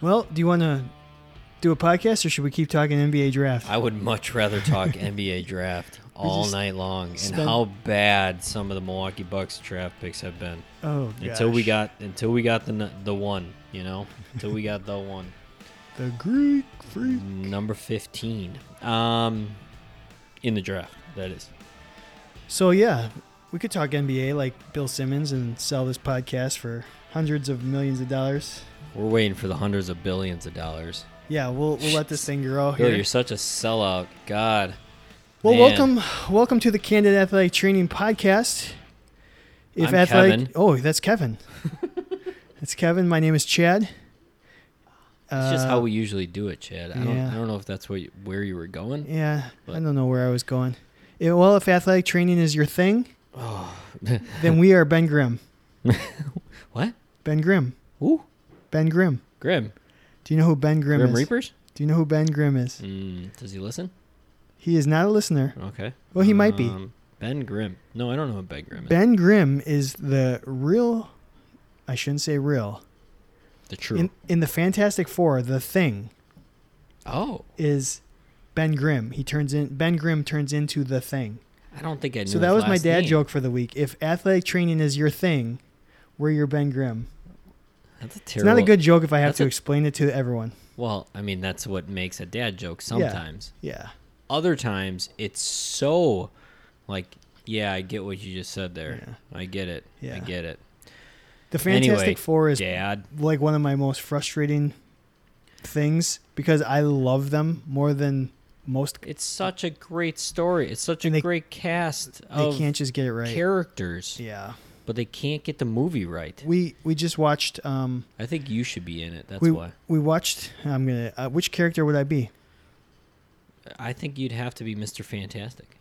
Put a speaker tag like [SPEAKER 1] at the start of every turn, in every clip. [SPEAKER 1] Well, do you want to do a podcast or should we keep talking NBA draft?
[SPEAKER 2] I would much rather talk NBA draft all
[SPEAKER 1] just
[SPEAKER 2] night long and
[SPEAKER 1] spent-
[SPEAKER 2] how bad some of the Milwaukee Bucks draft picks have been
[SPEAKER 1] oh, gosh.
[SPEAKER 2] until we got until we got the n- the one, you know, until we got the one
[SPEAKER 1] the Greek freak.
[SPEAKER 2] number fifteen um in the draft. That is
[SPEAKER 1] So yeah, we could talk NBA like Bill Simmons and sell this podcast for hundreds of millions of dollars.
[SPEAKER 2] we're waiting for the hundreds of billions of dollars.
[SPEAKER 1] Yeah, we'll we'll let this thing grow
[SPEAKER 2] Bill,
[SPEAKER 1] here.
[SPEAKER 2] you're such a sellout. God.
[SPEAKER 1] Well,
[SPEAKER 2] Man.
[SPEAKER 1] welcome, welcome to the Candid Athletic Training Podcast.
[SPEAKER 2] I'm Kevin.
[SPEAKER 1] oh, that's Kevin. that's Kevin. My name is Chad.
[SPEAKER 2] It's just
[SPEAKER 1] Uh,
[SPEAKER 2] how we usually do it, Chad. I don't
[SPEAKER 1] yeah.
[SPEAKER 2] I don't know if that's what you, where you were going.
[SPEAKER 1] Yeah, I
[SPEAKER 2] But-
[SPEAKER 1] don't know where I was going. Yeah, well, if athletic training is your thing,
[SPEAKER 2] Oh.
[SPEAKER 1] then we are Ben Grimm.
[SPEAKER 2] what?
[SPEAKER 1] Ben Grimm.
[SPEAKER 2] Ooh,
[SPEAKER 1] Ben Grimm.
[SPEAKER 2] Grim.
[SPEAKER 1] Do you know who Ben Grimm,
[SPEAKER 2] Grim
[SPEAKER 1] is?
[SPEAKER 2] Reapers?
[SPEAKER 1] Do you know who Ben Grimm is?
[SPEAKER 2] Mm, does he listen?
[SPEAKER 1] He is not a listener.
[SPEAKER 2] Okay.
[SPEAKER 1] Well, he might be.
[SPEAKER 2] Um, Ben Grimm. No, I don't know what Ben Grimm is.
[SPEAKER 1] Ben Grimm is the real, I shouldn't say real.
[SPEAKER 2] the true.
[SPEAKER 1] In, in the Fantastic Four, the thing
[SPEAKER 2] oh,
[SPEAKER 1] is Ben Grimm. He turns in Ben Grimm turns into the thing.
[SPEAKER 2] I don't think I knew.
[SPEAKER 1] So that
[SPEAKER 2] his
[SPEAKER 1] was my
[SPEAKER 2] last
[SPEAKER 1] dad
[SPEAKER 2] name.
[SPEAKER 1] joke for the week. If athletic training is your thing, we're your Ben Grimm.
[SPEAKER 2] That's a terrible.
[SPEAKER 1] It's not a good joke if I have
[SPEAKER 2] That's
[SPEAKER 1] to
[SPEAKER 2] a-
[SPEAKER 1] explain it to everyone.
[SPEAKER 2] Well, I mean, that's what makes a dad joke sometimes.
[SPEAKER 1] Yeah.
[SPEAKER 2] Other times, it's so, like, yeah, I get what you just said there. I get it.
[SPEAKER 1] Yeah.
[SPEAKER 2] I get it.
[SPEAKER 1] The Fantastic
[SPEAKER 2] Anyway,
[SPEAKER 1] Four is
[SPEAKER 2] Dad.
[SPEAKER 1] like one of my most frustrating things because I love them more than most.
[SPEAKER 2] It's such a great story. It's such a
[SPEAKER 1] And they-
[SPEAKER 2] great cast
[SPEAKER 1] They
[SPEAKER 2] of
[SPEAKER 1] can't just get it right.
[SPEAKER 2] characters,
[SPEAKER 1] Yeah.
[SPEAKER 2] but they can't get the movie right.
[SPEAKER 1] We we just watched. Um,
[SPEAKER 2] I think you should be in it. That's
[SPEAKER 1] we
[SPEAKER 2] why.
[SPEAKER 1] we watched. I'm gonna. Uh, which character would I be?
[SPEAKER 2] I think you'd have to be Mr. Fantastic.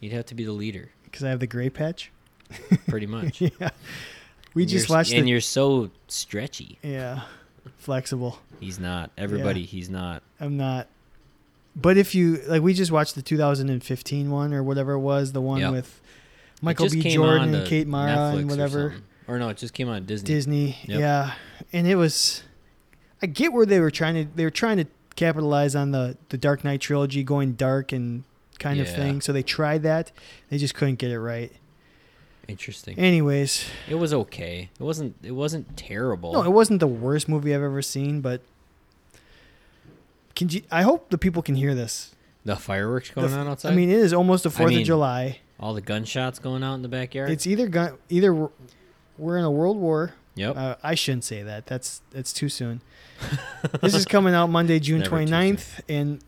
[SPEAKER 2] You'd have to be the leader,
[SPEAKER 1] Because I have the gray patch.
[SPEAKER 2] pretty much.
[SPEAKER 1] yeah. We
[SPEAKER 2] And
[SPEAKER 1] just
[SPEAKER 2] you're, s-
[SPEAKER 1] watched.
[SPEAKER 2] and
[SPEAKER 1] The,
[SPEAKER 2] you're so stretchy.
[SPEAKER 1] yeah. Flexible.
[SPEAKER 2] He's not. Everybody, he's not.
[SPEAKER 1] I'm not. But if you like, we just watched the 2015 one or whatever it was, the one
[SPEAKER 2] Yeah.
[SPEAKER 1] with
[SPEAKER 2] It
[SPEAKER 1] Michael
[SPEAKER 2] just
[SPEAKER 1] B.
[SPEAKER 2] came
[SPEAKER 1] Jordan
[SPEAKER 2] onto
[SPEAKER 1] and Kate Mara
[SPEAKER 2] Netflix or
[SPEAKER 1] and whatever.
[SPEAKER 2] something. Or, no, it just came on Disney.
[SPEAKER 1] Disney.
[SPEAKER 2] Yep.
[SPEAKER 1] Yeah. And it was I get where they were trying to they were trying to capitalize on the the Dark Knight trilogy going dark and kind of
[SPEAKER 2] Yeah.
[SPEAKER 1] thing. So they tried that. They just couldn't get it right.
[SPEAKER 2] Interesting.
[SPEAKER 1] Anyways,
[SPEAKER 2] it was okay. It wasn't. It wasn't terrible.
[SPEAKER 1] no, it wasn't the worst movie I've ever seen, but can you, I hope the people can hear this.
[SPEAKER 2] the fireworks
[SPEAKER 1] The
[SPEAKER 2] going
[SPEAKER 1] f-
[SPEAKER 2] on outside.
[SPEAKER 1] I mean, it is almost the 4th
[SPEAKER 2] mean,
[SPEAKER 1] of July.
[SPEAKER 2] all the gunshots going out in the backyard.
[SPEAKER 1] It's either gun either we're- we're in a world war.
[SPEAKER 2] yep.
[SPEAKER 1] Uh, I shouldn't say that. That's that's too soon. this is coming out Monday, June
[SPEAKER 2] Never too
[SPEAKER 1] 29th, and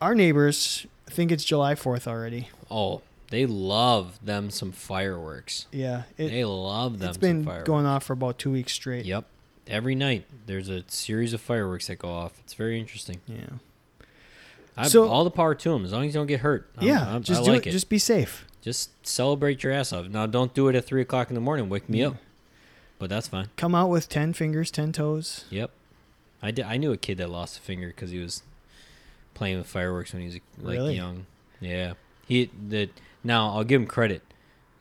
[SPEAKER 1] our neighbors think it's July 4th already.
[SPEAKER 2] oh, they love them some fireworks.
[SPEAKER 1] Yeah, it,
[SPEAKER 2] they love them.
[SPEAKER 1] it's been
[SPEAKER 2] some fireworks.
[SPEAKER 1] going off for about two weeks straight.
[SPEAKER 2] Yep. Every night there's a series of fireworks that go off. It's very interesting.
[SPEAKER 1] Yeah,
[SPEAKER 2] I,
[SPEAKER 1] So-
[SPEAKER 2] all the power to them as long as you don't get hurt. I'm-
[SPEAKER 1] yeah.
[SPEAKER 2] I'm- i
[SPEAKER 1] just do
[SPEAKER 2] like
[SPEAKER 1] it.
[SPEAKER 2] it.
[SPEAKER 1] Just
[SPEAKER 2] Just,
[SPEAKER 1] be safe.
[SPEAKER 2] celebrate your ass off. Now don't do it at three o'clock in the morning. Wake me up. But that's fine.
[SPEAKER 1] Come out with ten fingers, ten toes.
[SPEAKER 2] Yep. I did. I knew a kid that lost a finger because he was playing with fireworks when he was like
[SPEAKER 1] Really?
[SPEAKER 2] young. Yeah. He the now I'll give him credit.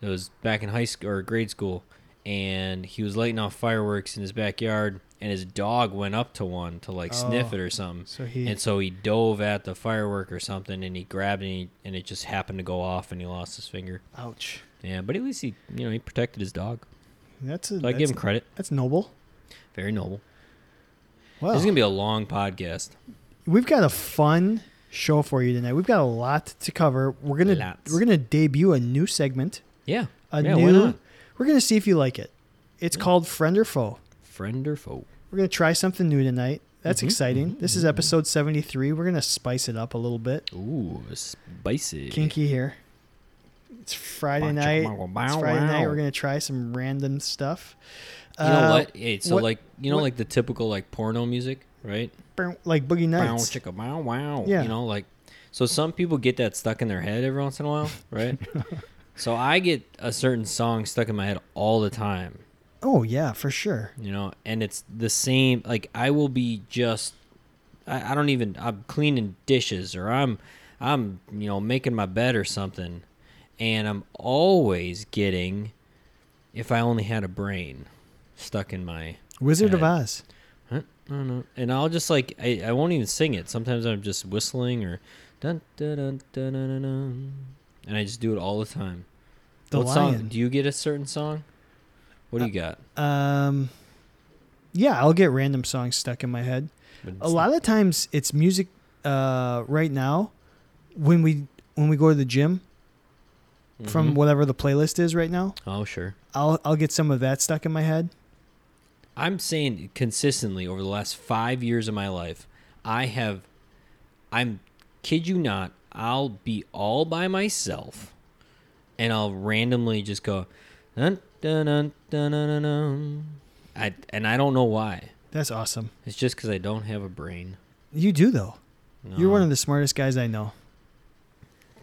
[SPEAKER 2] It was back in high school or grade school, and he was lighting off fireworks in his backyard, and his dog went up to one to like sniff
[SPEAKER 1] Oh.
[SPEAKER 2] it or something.
[SPEAKER 1] So he
[SPEAKER 2] And so he dove at the firework or something, and he grabbed it, and, he, and it just happened to go off, and he lost his finger.
[SPEAKER 1] ouch.
[SPEAKER 2] Yeah, but at least he, you know, he protected his dog.
[SPEAKER 1] That's a,
[SPEAKER 2] So I
[SPEAKER 1] that's,
[SPEAKER 2] give him credit.
[SPEAKER 1] that's noble.
[SPEAKER 2] Very noble.
[SPEAKER 1] Well,
[SPEAKER 2] This is gonna be a long podcast.
[SPEAKER 1] we've got a fun show for you tonight. We've got a lot to cover. We're gonna
[SPEAKER 2] Lots.
[SPEAKER 1] we're gonna debut a new segment.
[SPEAKER 2] Yeah.
[SPEAKER 1] a
[SPEAKER 2] yeah, why
[SPEAKER 1] new.
[SPEAKER 2] not?
[SPEAKER 1] We're gonna see if you like it. It's called Friend or Foe.
[SPEAKER 2] friend or foe.
[SPEAKER 1] We're gonna try something new tonight. That's
[SPEAKER 2] Mhm,
[SPEAKER 1] exciting. This is episode seventy three. We're gonna spice it up a little bit.
[SPEAKER 2] Ooh, spicy.
[SPEAKER 1] Kinky here. It's Friday
[SPEAKER 2] Bow,
[SPEAKER 1] night.
[SPEAKER 2] chicka, bow,
[SPEAKER 1] It's
[SPEAKER 2] wow,
[SPEAKER 1] Friday night.
[SPEAKER 2] wow.
[SPEAKER 1] We're gonna try some random stuff.
[SPEAKER 2] You know
[SPEAKER 1] Uh,
[SPEAKER 2] what? Hey, so
[SPEAKER 1] what-
[SPEAKER 2] like you know
[SPEAKER 1] what-
[SPEAKER 2] like the typical like porno music, right?
[SPEAKER 1] burn- Like boogie
[SPEAKER 2] Bow
[SPEAKER 1] nights.
[SPEAKER 2] chicka bow wow.
[SPEAKER 1] Yeah.
[SPEAKER 2] You know like so some people get that stuck in their head every once in a while, right? so I get a certain song stuck in my head all the time.
[SPEAKER 1] Oh yeah, for sure.
[SPEAKER 2] you know and it's the same like i will be just I, I don't even i'm cleaning dishes or i'm i'm you know making my bed or something and i'm always getting if i only had a brain stuck in my
[SPEAKER 1] Wizard of
[SPEAKER 2] Okay.
[SPEAKER 1] Oz.
[SPEAKER 2] Huh? I don't know. And I'll just like I, I won't even sing it. Sometimes I'm just whistling or dun dun dun dun dun dun, dun. and I just do it all the time.
[SPEAKER 1] The
[SPEAKER 2] what song
[SPEAKER 1] Lion. Uh,
[SPEAKER 2] do you get a certain song? What do you got?
[SPEAKER 1] um, yeah, I'll get random songs stuck in my head.
[SPEAKER 2] But
[SPEAKER 1] A
[SPEAKER 2] it's-
[SPEAKER 1] lot of times, it's music. Uh, right now, when we when we go to the gym, from
[SPEAKER 2] Mhm.
[SPEAKER 1] whatever the playlist is right now,
[SPEAKER 2] Oh sure.
[SPEAKER 1] I'll I'll get some of that stuck in my head.
[SPEAKER 2] I'm saying consistently over the last five years of my life, I have, I'm, kid you not, I'll be all by myself, and I'll randomly just go, dun dun dun dun dun dun. dun. I and I don't know why.
[SPEAKER 1] That's awesome.
[SPEAKER 2] It's just because I don't have a brain.
[SPEAKER 1] You do though. You're one
[SPEAKER 2] No,
[SPEAKER 1] of the smartest guys I know.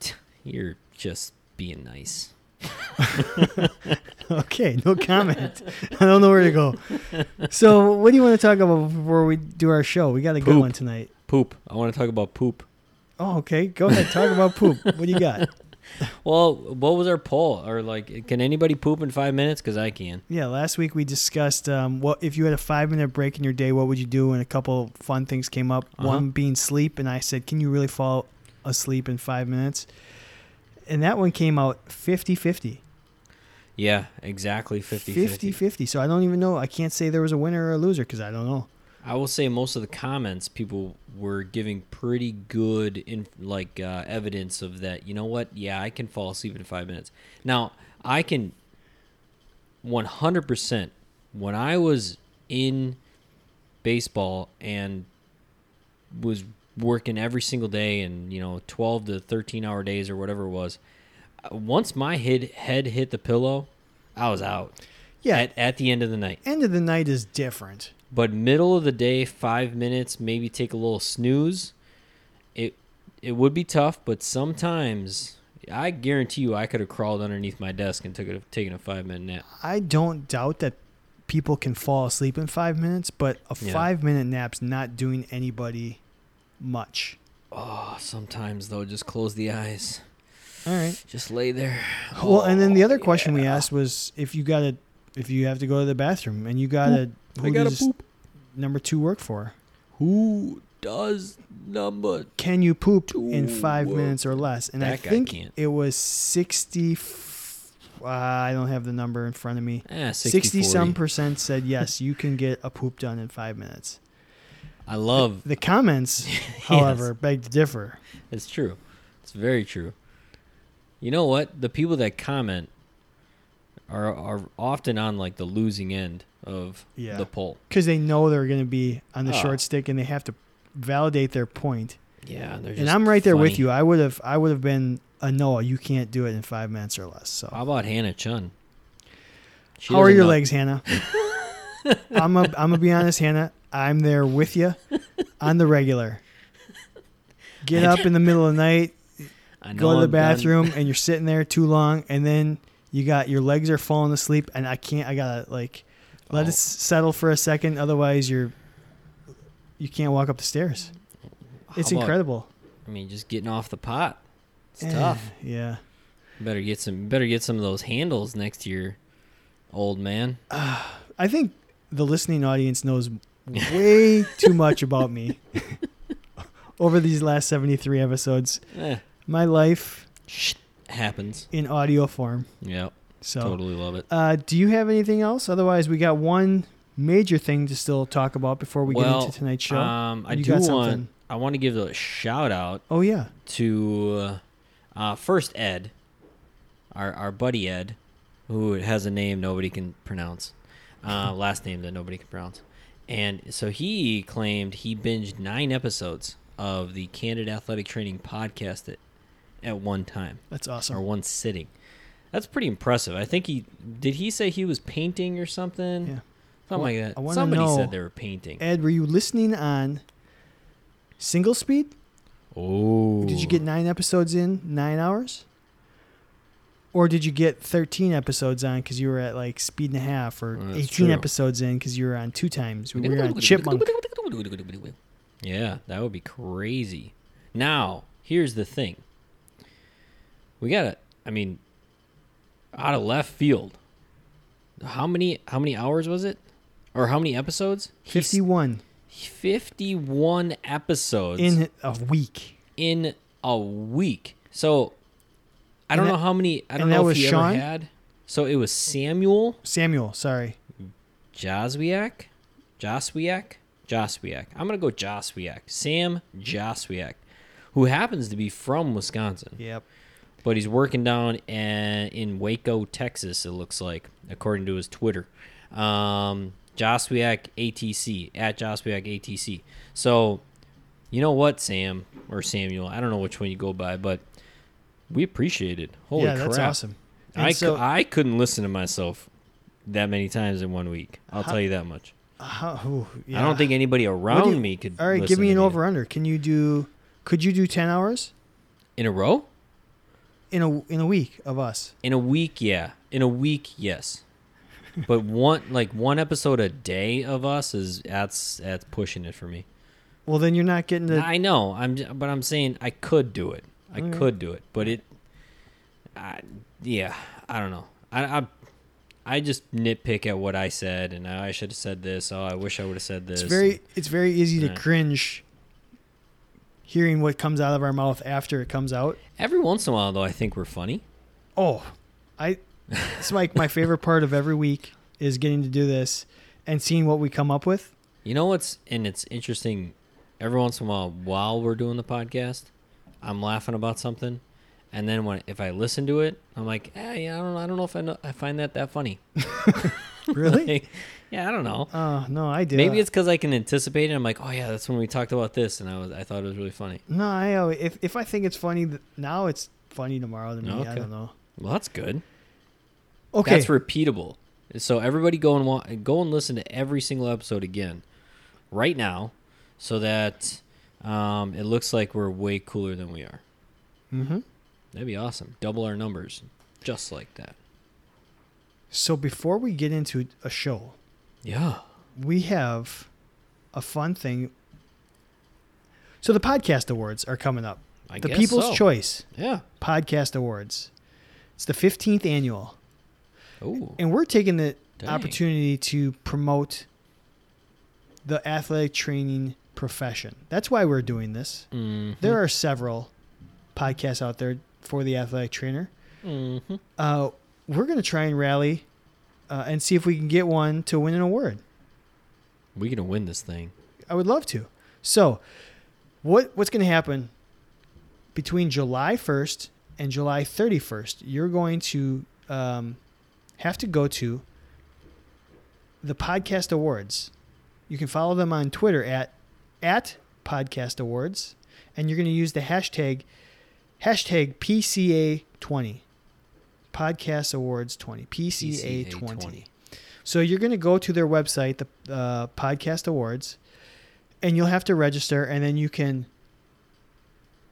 [SPEAKER 2] You're just being nice.
[SPEAKER 1] Okay, no comment. I don't know where to go. So, what do you want to talk about before we do our show? We got a good
[SPEAKER 2] Poop.
[SPEAKER 1] one tonight.
[SPEAKER 2] Poop. I want to talk about poop.
[SPEAKER 1] Oh, okay. Go ahead. Talk about poop. What do you got?
[SPEAKER 2] Well, what was our poll? Or like, can anybody poop in five minutes? Because I can.
[SPEAKER 1] Yeah, last week we discussed um, what if you had a five minute break in your day, what would you do? And a couple fun things came up.
[SPEAKER 2] Uh-huh.
[SPEAKER 1] One being sleep, and I said, can you really fall asleep in five minutes? And that one came out 50 50.
[SPEAKER 2] Yeah, exactly. 50 50.
[SPEAKER 1] 50 So I don't even know. I can't say there was a winner or a loser because I don't know.
[SPEAKER 2] I will say most of the comments people were giving pretty good in like uh, evidence of that. You know what? Yeah, I can fall asleep in five minutes. Now I can, one hundred percent. When I was in baseball and was working every single day and you know 12 to 13 hour days or whatever it was uh, once my head head hit the pillow i was out
[SPEAKER 1] Yeah.
[SPEAKER 2] at, at the end of the night
[SPEAKER 1] End of the night is different.
[SPEAKER 2] but middle of the day, five minutes, maybe take a little snooze. It it would be tough, but sometimes I guarantee you, I could have crawled underneath my desk and took a, taken a five minute nap.
[SPEAKER 1] I don't doubt that people can fall asleep in five minutes, but a
[SPEAKER 2] Yeah.
[SPEAKER 1] five minute nap's not doing anybody much.
[SPEAKER 2] Oh, sometimes though, just close the eyes,
[SPEAKER 1] All right.
[SPEAKER 2] just lay there.
[SPEAKER 1] Well, and then the other
[SPEAKER 2] Oh,
[SPEAKER 1] question we
[SPEAKER 2] yeah.
[SPEAKER 1] asked was if you got to, if you have to go to the bathroom and you got to,
[SPEAKER 2] I
[SPEAKER 1] who
[SPEAKER 2] gotta
[SPEAKER 1] does
[SPEAKER 2] poop.
[SPEAKER 1] number two work for?
[SPEAKER 2] Who does number?
[SPEAKER 1] Can you poop in
[SPEAKER 2] Two
[SPEAKER 1] five
[SPEAKER 2] work.
[SPEAKER 1] minutes or less? And I
[SPEAKER 2] That guy
[SPEAKER 1] think
[SPEAKER 2] can't.
[SPEAKER 1] it was 60. f- Uh, I don't have the number in front of me.
[SPEAKER 2] Eh,
[SPEAKER 1] 60 some
[SPEAKER 2] 40.
[SPEAKER 1] percent said yes, you can get a poop done in five minutes.
[SPEAKER 2] I love.
[SPEAKER 1] The comments, however, beg to differ.
[SPEAKER 2] It's true. It's very true. You know what? The people that comment are are often on like the losing end of
[SPEAKER 1] Yeah.
[SPEAKER 2] the poll.
[SPEAKER 1] because they know they're going to be on the
[SPEAKER 2] Oh.
[SPEAKER 1] short stick and they have to validate their point.
[SPEAKER 2] Yeah, they're
[SPEAKER 1] And I'm right there with you. I would have I would have been a no. You can't do it in five minutes or less. So
[SPEAKER 2] How about Hannah Chun? She
[SPEAKER 1] how are
[SPEAKER 2] doesn't
[SPEAKER 1] your
[SPEAKER 2] know-
[SPEAKER 1] legs, Hannah? I'm a, I'm gonna be honest, Hannah. I'm there with you on the regular. Get up in the middle of the night,
[SPEAKER 2] I
[SPEAKER 1] go
[SPEAKER 2] know
[SPEAKER 1] to the
[SPEAKER 2] I'm done.
[SPEAKER 1] bathroom, and you're sitting there too long, and then you got your legs are falling asleep, and I can't. I gotta like let
[SPEAKER 2] Oh.
[SPEAKER 1] it settle for a second, otherwise you're you can't walk up the stairs.
[SPEAKER 2] How
[SPEAKER 1] It's
[SPEAKER 2] about-
[SPEAKER 1] incredible.
[SPEAKER 2] I mean, just getting off the pot. It's
[SPEAKER 1] Eh,
[SPEAKER 2] tough.
[SPEAKER 1] Yeah.
[SPEAKER 2] Better get some. Better get some of those handles next to your old man.
[SPEAKER 1] I think the listening audience knows way too much about me over these last 73 episodes.
[SPEAKER 2] Eh,
[SPEAKER 1] My life
[SPEAKER 2] shit happens.
[SPEAKER 1] in audio form.
[SPEAKER 2] Yep,
[SPEAKER 1] So,
[SPEAKER 2] totally love it.
[SPEAKER 1] uh, do you have anything else? Otherwise, we got one major thing to still talk about before we
[SPEAKER 2] Well,
[SPEAKER 1] get into tonight's show.
[SPEAKER 2] Um, I
[SPEAKER 1] You
[SPEAKER 2] do
[SPEAKER 1] got
[SPEAKER 2] want.
[SPEAKER 1] something.
[SPEAKER 2] I want to give a shout out
[SPEAKER 1] oh, yeah.
[SPEAKER 2] to uh, uh, first Ed, our our buddy Ed, who has a name nobody can pronounce, uh, last name that nobody can pronounce, and so he claimed he binged nine episodes of the Candid Athletic Training podcast at, at one time
[SPEAKER 1] That's
[SPEAKER 2] or
[SPEAKER 1] awesome.
[SPEAKER 2] one sitting. That's pretty impressive. I think he did. He say he was painting or something.
[SPEAKER 1] Yeah.
[SPEAKER 2] Something
[SPEAKER 1] I
[SPEAKER 2] like that.
[SPEAKER 1] wanna
[SPEAKER 2] Somebody
[SPEAKER 1] know-
[SPEAKER 2] said they were painting.
[SPEAKER 1] Ed, were you listening on single speed?
[SPEAKER 2] Oh.
[SPEAKER 1] Did you get nine episodes in nine hours? Or did you get 13 episodes on because you were at like speed and a half, or
[SPEAKER 2] Well, that's
[SPEAKER 1] 18
[SPEAKER 2] true.
[SPEAKER 1] episodes in because you were on two times? We were on Chipmunk.
[SPEAKER 2] Yeah, that would be crazy. Now, here's the thing. We gotta I mean out of left field. How many how many hours was it? Or how many episodes? He s-
[SPEAKER 1] 51.
[SPEAKER 2] 51 episodes in,
[SPEAKER 1] in a week.
[SPEAKER 2] a week. So I don't
[SPEAKER 1] And
[SPEAKER 2] know how many. I don't
[SPEAKER 1] and that
[SPEAKER 2] know if
[SPEAKER 1] was
[SPEAKER 2] he
[SPEAKER 1] Sean?
[SPEAKER 2] ever had. So it was Samuel
[SPEAKER 1] Samuel, sorry.
[SPEAKER 2] Joswiak, Joswiak, Joswiak. I'm gonna go Joswiak. Sam Joswiak, who happens to be from Wisconsin,
[SPEAKER 1] Yep.
[SPEAKER 2] but he's working down in, in Waco, Texas. It looks like, according to his Twitter, um, Joswiak ATC at Joswiak ATC. So, you know what, Sam or Samuel? I don't know which one you go by, but we appreciate it. Holy
[SPEAKER 1] yeah,
[SPEAKER 2] crap!
[SPEAKER 1] that's awesome. And
[SPEAKER 2] I, cou-
[SPEAKER 1] so,
[SPEAKER 2] I couldn't listen to myself that many times in one week. I'll tell you that much.
[SPEAKER 1] how- ooh,
[SPEAKER 2] I
[SPEAKER 1] yeah.
[SPEAKER 2] don't think anybody
[SPEAKER 1] What do
[SPEAKER 2] around
[SPEAKER 1] you-
[SPEAKER 2] me could.
[SPEAKER 1] All right,
[SPEAKER 2] listen
[SPEAKER 1] give me
[SPEAKER 2] to
[SPEAKER 1] an over under. Can you do? Could you do ten hours
[SPEAKER 2] in a row
[SPEAKER 1] in a in a week of us?
[SPEAKER 2] in a week. Yeah, in a week, yes. But one like one episode a day of us is that's that's pushing it for me.
[SPEAKER 1] Well, then you're not getting the. Oh,
[SPEAKER 2] I know. I'm j- but I'm saying I could do it. I
[SPEAKER 1] Alright.
[SPEAKER 2] could do it, but it. I, yeah, I don't know. I, I I just nitpick at what I said, and I should have said this. Oh, I wish I would have said this.
[SPEAKER 1] It's very it's very easy
[SPEAKER 2] Yeah.
[SPEAKER 1] to cringe hearing what comes out of our mouth after it comes out.
[SPEAKER 2] Every once in a while, though, I think we're funny.
[SPEAKER 1] Oh, I it's like my favorite part of every week is getting to do this and seeing what we come up with.
[SPEAKER 2] You know what's and it's interesting. Every once in a while, while we're doing the podcast, I'm laughing about something, and then when if I listen to it, I'm like, eh, yeah, I don't, I don't know if I, know, I find that that funny.
[SPEAKER 1] Really?
[SPEAKER 2] Like, yeah, I don't know.
[SPEAKER 1] Oh no, I do.
[SPEAKER 2] Maybe it's because I can anticipate it. I'm like, oh yeah, that's when we talked about this, and I was, I thought it was really funny.
[SPEAKER 1] no. I always, if if I think it's funny th- now, it's funny tomorrow to me. I
[SPEAKER 2] Okay.
[SPEAKER 1] don't know.
[SPEAKER 2] Well, that's good.
[SPEAKER 1] Okay,
[SPEAKER 2] That's repeatable. So everybody go and wa- go and listen to every single episode again, right now, so that um, it looks like we're way cooler than we are.
[SPEAKER 1] mm-hmm.
[SPEAKER 2] That'd be awesome. Double our numbers, just like that.
[SPEAKER 1] so before we get into a show,
[SPEAKER 2] Yeah.
[SPEAKER 1] we have a fun thing. So the podcast awards are coming up.
[SPEAKER 2] I
[SPEAKER 1] the
[SPEAKER 2] guess
[SPEAKER 1] People's
[SPEAKER 2] so.
[SPEAKER 1] Choice
[SPEAKER 2] Yeah.
[SPEAKER 1] Podcast Awards. It's the 15th annual,
[SPEAKER 2] Oh.
[SPEAKER 1] and we're taking the
[SPEAKER 2] Dang.
[SPEAKER 1] opportunity to promote the athletic training profession. That's why we're doing this.
[SPEAKER 2] Mm.
[SPEAKER 1] There are several podcasts out there for the athletic trainer.
[SPEAKER 2] Mm-hmm.
[SPEAKER 1] Uh, we're going to try and rally uh, and see if we can get one to win an award.
[SPEAKER 2] We're gonna win this thing.
[SPEAKER 1] I would love to. So, what what's going to happen between July 1st and July 31st? You're going to um, have to go to the Podcast Awards. You can follow them on Twitter at at Podcast Awards, and you're going to use the hashtag hashtag PCA20 Podcast Awards 20 PCA20.
[SPEAKER 2] PCA20.
[SPEAKER 1] So you're going to go to their website, the uh, Podcast Awards, and you'll have to register, and then you can.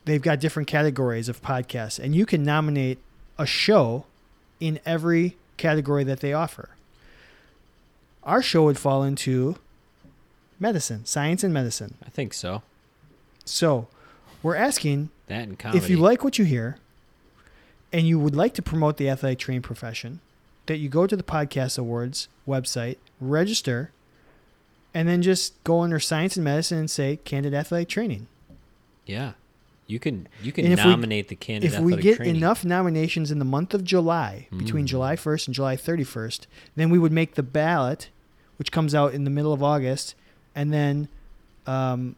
[SPEAKER 1] They've got different categories of podcasts, and you can nominate a show in every category that they offer. Our show would fall into medicine, science, and medicine.
[SPEAKER 2] I think so.
[SPEAKER 1] So we're asking
[SPEAKER 2] That and comedy.
[SPEAKER 1] if you like what you hear and you would like to promote the athletic training profession, that you go to the Podcast Awards website, register, and then just go under Science and Medicine and say Candid Athletic Training.
[SPEAKER 2] yeah. You can you can
[SPEAKER 1] And if we-
[SPEAKER 2] nominate the candidate.
[SPEAKER 1] if we
[SPEAKER 2] athletic
[SPEAKER 1] get
[SPEAKER 2] training.
[SPEAKER 1] enough nominations in the month of July, between
[SPEAKER 2] Mm.
[SPEAKER 1] July 1st and July 31st, then we would make the ballot, which comes out in the middle of August, and then um,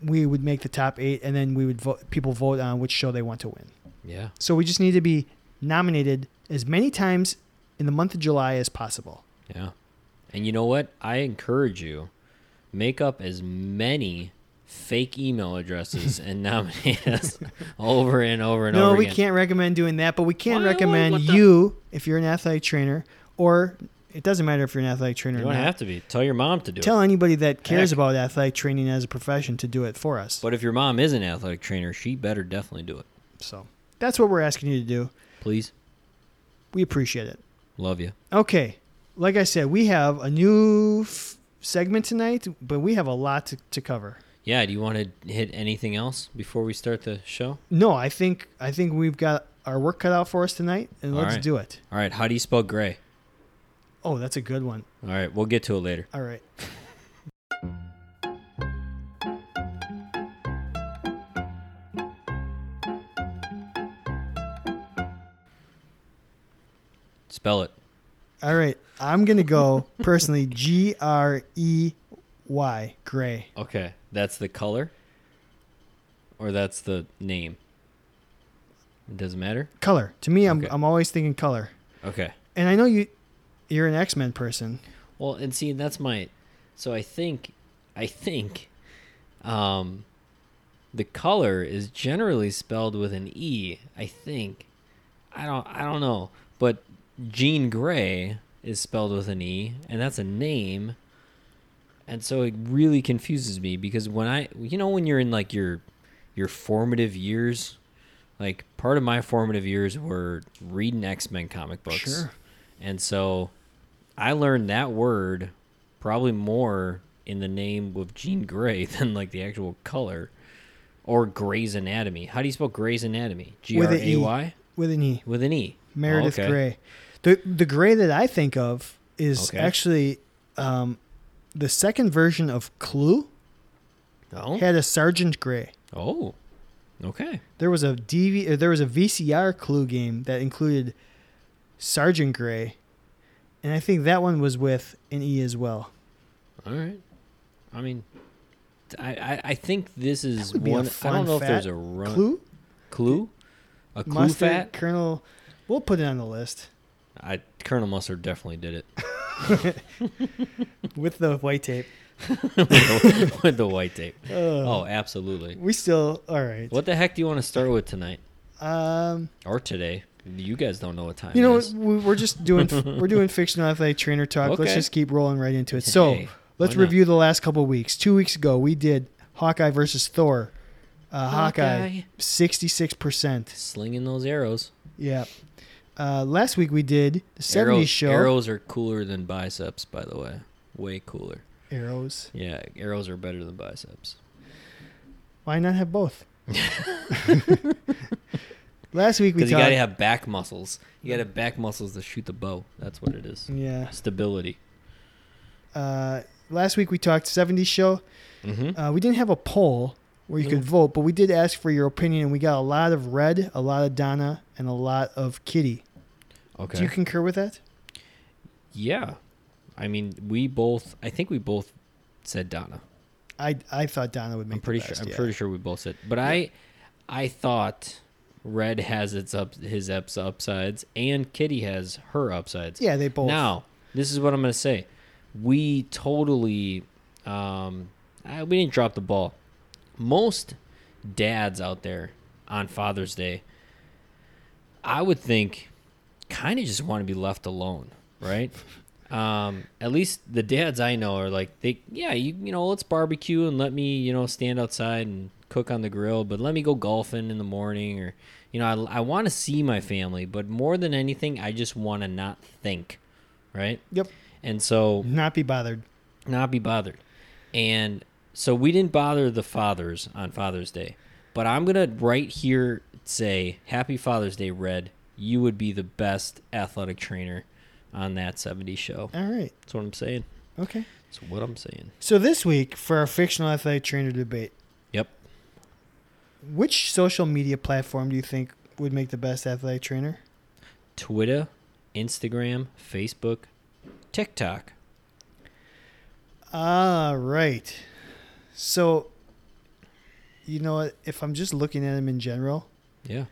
[SPEAKER 1] we would make the top eight, and then we would vote, people vote on which show they want to win.
[SPEAKER 2] yeah.
[SPEAKER 1] So we just need to be nominated as many times in the month of July as possible.
[SPEAKER 2] Yeah. And you know what? I encourage you make up as many fake email addresses and nominate us over and over and
[SPEAKER 1] No,
[SPEAKER 2] over
[SPEAKER 1] we
[SPEAKER 2] again.
[SPEAKER 1] can't recommend doing that, but we can
[SPEAKER 2] Why- why-
[SPEAKER 1] recommend
[SPEAKER 2] what the-
[SPEAKER 1] you if you're an athletic trainer, or it doesn't matter if you're an athletic trainer
[SPEAKER 2] You
[SPEAKER 1] or
[SPEAKER 2] don't
[SPEAKER 1] not.
[SPEAKER 2] have to be. Tell your mom to do it.
[SPEAKER 1] Tell anybody that cares
[SPEAKER 2] Heck.
[SPEAKER 1] about athletic training as a profession to do it for us.
[SPEAKER 2] But if your mom is an athletic trainer, she better definitely do it.
[SPEAKER 1] So that's what we're asking you to do.
[SPEAKER 2] Please.
[SPEAKER 1] We appreciate it.
[SPEAKER 2] Love you.
[SPEAKER 1] Okay, like I said, we have a new f- segment tonight, but we have a lot to, to cover.
[SPEAKER 2] Yeah, do you want to hit anything else before we start the show?
[SPEAKER 1] No, I think I think we've got our work cut out for us tonight, and
[SPEAKER 2] All
[SPEAKER 1] let's
[SPEAKER 2] right.
[SPEAKER 1] do it.
[SPEAKER 2] All right, how do you spell gray?
[SPEAKER 1] Oh, that's a good one.
[SPEAKER 2] All right, we'll get to it later.
[SPEAKER 1] All right.
[SPEAKER 2] Spell it.
[SPEAKER 1] All right, I'm gonna go personally G R E Y gray.
[SPEAKER 2] Okay, that's the color, or that's the name. It doesn't matter.
[SPEAKER 1] Color to me, I'm
[SPEAKER 2] Okay.
[SPEAKER 1] I'm always thinking color.
[SPEAKER 2] Okay.
[SPEAKER 1] And I know you, you're an X Men person.
[SPEAKER 2] Well, and see, that's my. So I think, I think, um, the color is generally spelled with an e. I think. I don't. I don't know. But Jean Grey is spelled with an e, and that's a name. And so it really confuses me because when I, you know, when you're in like your, your formative years, like part of my formative years were reading X Men comic books.
[SPEAKER 1] Sure.
[SPEAKER 2] And so I learned that word probably more in the name of Jean Grey than like the actual color or Grey's Anatomy. How do you spell Grey's Anatomy? G
[SPEAKER 1] With
[SPEAKER 2] R
[SPEAKER 1] an E.
[SPEAKER 2] A Y
[SPEAKER 1] with an E,
[SPEAKER 2] with an E.
[SPEAKER 1] Meredith
[SPEAKER 2] Oh, okay.
[SPEAKER 1] Gray. The the Gray that I think of is
[SPEAKER 2] Okay.
[SPEAKER 1] actually um, the second version of Clue
[SPEAKER 2] Oh.
[SPEAKER 1] had a Sergeant Gray.
[SPEAKER 2] Oh. Okay.
[SPEAKER 1] There was a DV, or there was a VCR Clue game that included Sergeant Gray, and I think that one was with an E as well.
[SPEAKER 2] All right. I mean, I I, I think this is
[SPEAKER 1] would be a
[SPEAKER 2] one. I
[SPEAKER 1] fun
[SPEAKER 2] don't know if there's
[SPEAKER 1] fact.
[SPEAKER 2] a run,
[SPEAKER 1] Clue,
[SPEAKER 2] clue? a clue
[SPEAKER 1] Mustard,
[SPEAKER 2] fat.
[SPEAKER 1] Colonel. We'll put it on the list
[SPEAKER 2] I Colonel Mustard definitely did it
[SPEAKER 1] with the white tape.
[SPEAKER 2] with, the, with the white tape.
[SPEAKER 1] Uh,
[SPEAKER 2] Oh, absolutely.
[SPEAKER 1] we still all right.
[SPEAKER 2] What the heck do you want to start with tonight
[SPEAKER 1] Um,
[SPEAKER 2] or today? You guys don't know what time.
[SPEAKER 1] you
[SPEAKER 2] it
[SPEAKER 1] know,
[SPEAKER 2] is.
[SPEAKER 1] we- we're just doing we're doing fictional athletic trainer talk. Let's
[SPEAKER 2] Okay.
[SPEAKER 1] just keep rolling right into it. So
[SPEAKER 2] Hey,
[SPEAKER 1] let's
[SPEAKER 2] why not?
[SPEAKER 1] review the last couple of weeks. Two weeks ago, we did Hawkeye versus Thor. Uh, Hawkeye,
[SPEAKER 2] Hawkeye.
[SPEAKER 1] sixty-six percent.
[SPEAKER 2] slinging those arrows.
[SPEAKER 1] Yeah. Uh, last week we did the
[SPEAKER 2] Arrow-
[SPEAKER 1] seventies show.
[SPEAKER 2] Arrows are cooler than biceps, by the way. Way cooler.
[SPEAKER 1] Arrows.
[SPEAKER 2] Yeah, arrows are better than biceps.
[SPEAKER 1] Why not have both? last week we
[SPEAKER 2] Because you
[SPEAKER 1] talked.
[SPEAKER 2] gotta have back muscles. You gotta have back muscles to shoot the bow. That's what it is.
[SPEAKER 1] yeah.
[SPEAKER 2] Stability.
[SPEAKER 1] Uh, last week we talked seventies show.
[SPEAKER 2] Mm-hmm.
[SPEAKER 1] Uh, we didn't have a poll where you could
[SPEAKER 2] No.
[SPEAKER 1] vote, but we did ask for your opinion, and we got a lot of red, a lot of Donna, and a lot of Kitty.
[SPEAKER 2] Okay.
[SPEAKER 1] Do you concur with that?
[SPEAKER 2] yeah. I mean, we both. I think we both said Donna.
[SPEAKER 1] I I thought Donna would make.
[SPEAKER 2] I'm pretty
[SPEAKER 1] the
[SPEAKER 2] sure.
[SPEAKER 1] best,
[SPEAKER 2] I'm
[SPEAKER 1] yeah.
[SPEAKER 2] pretty sure we both said. But I, I thought Red has its up his ups upsides, and Kitty has her upsides.
[SPEAKER 1] Yeah, they both.
[SPEAKER 2] Now, this is what I'm going to say. We totally, um, I, we didn't drop the ball. Most dads out there on Father's Day, I would think, kind of just want to be left alone, right? um, at least the dads I know are like, they, yeah, you, you know, let's barbecue and let me, you know, stand outside and cook on the grill, but let me go golfing in the morning or, you know, I, I want to see my family, but more than anything, I just want to not think, right?
[SPEAKER 1] Yep.
[SPEAKER 2] And so
[SPEAKER 1] Not be bothered.
[SPEAKER 2] not be bothered. And so we didn't bother the fathers on Father's Day. But I'm going to right here say, Happy Father's Day, Red. You would be the best athletic trainer on that 70 show.
[SPEAKER 1] All right.
[SPEAKER 2] That's what I'm saying.
[SPEAKER 1] Okay.
[SPEAKER 2] That's what I'm saying.
[SPEAKER 1] So this week for our fictional athletic trainer debate,
[SPEAKER 2] Yep.
[SPEAKER 1] which social media platform do you think would make the best athletic trainer?
[SPEAKER 2] Twitter, Instagram, Facebook, TikTok.
[SPEAKER 1] All Ah, right. So, you know what? If I'm just looking at them in general,
[SPEAKER 2] Yeah.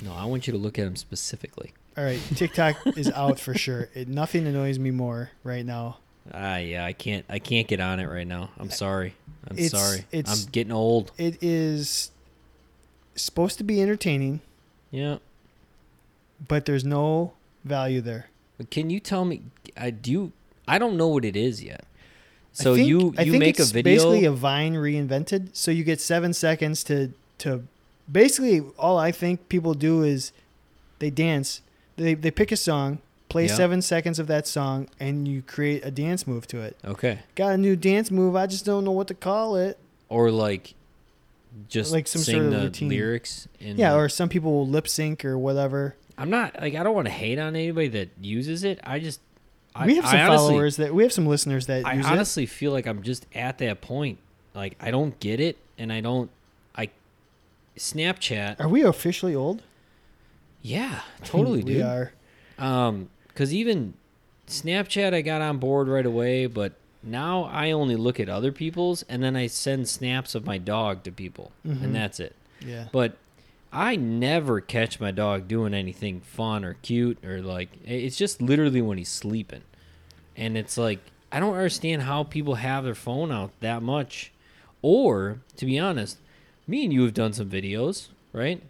[SPEAKER 2] No, I want you to look at them specifically.
[SPEAKER 1] All right, TikTok is out for sure. It, nothing annoys me more right now.
[SPEAKER 2] Ah, yeah, I can't. I can't get on it right now. I'm sorry. I'm
[SPEAKER 1] It's-
[SPEAKER 2] sorry.
[SPEAKER 1] it's-
[SPEAKER 2] I'm getting old.
[SPEAKER 1] It is supposed to be entertaining,
[SPEAKER 2] Yeah.
[SPEAKER 1] but there's no value there.
[SPEAKER 2] Can you tell me? I do. You, I don't know what it is yet.
[SPEAKER 1] I
[SPEAKER 2] So
[SPEAKER 1] think-
[SPEAKER 2] you
[SPEAKER 1] I
[SPEAKER 2] you
[SPEAKER 1] think
[SPEAKER 2] make a
[SPEAKER 1] it's
[SPEAKER 2] video.
[SPEAKER 1] basically a Vine reinvented. So you get seven seconds to to basically all I think people do is they dance. They they pick a song, play
[SPEAKER 2] Yeah.
[SPEAKER 1] seven seconds of that song, and you create a dance move to it.
[SPEAKER 2] okay,
[SPEAKER 1] Got a new dance move. I just don't know what to call it.
[SPEAKER 2] or like just
[SPEAKER 1] Like
[SPEAKER 2] like
[SPEAKER 1] some
[SPEAKER 2] some sing
[SPEAKER 1] sort of
[SPEAKER 2] the
[SPEAKER 1] routine.
[SPEAKER 2] lyrics. In
[SPEAKER 1] Yeah,
[SPEAKER 2] the-
[SPEAKER 1] or some people will lip sync or whatever.
[SPEAKER 2] I'm not like I don't want to hate on anybody that uses it. I just I,
[SPEAKER 1] we have some
[SPEAKER 2] I honestly,
[SPEAKER 1] followers that we have some listeners that
[SPEAKER 2] I
[SPEAKER 1] use
[SPEAKER 2] honestly feel like I'm just at that point. Like I don't get it, and I don't. I Snapchat.
[SPEAKER 1] it. Are we officially old?
[SPEAKER 2] Yeah, totally, dude.
[SPEAKER 1] we are.
[SPEAKER 2] Um, because even Snapchat, I got on board right away, but now I only look at other people's, and then I send snaps of my dog to people,
[SPEAKER 1] Mhm.
[SPEAKER 2] and that's it.
[SPEAKER 1] Yeah.
[SPEAKER 2] But I never catch my dog doing anything fun or cute or like it's just literally when he's sleeping. And it's like I don't understand how people have their phone out that much. Or to be honest, me and you have done some videos, right?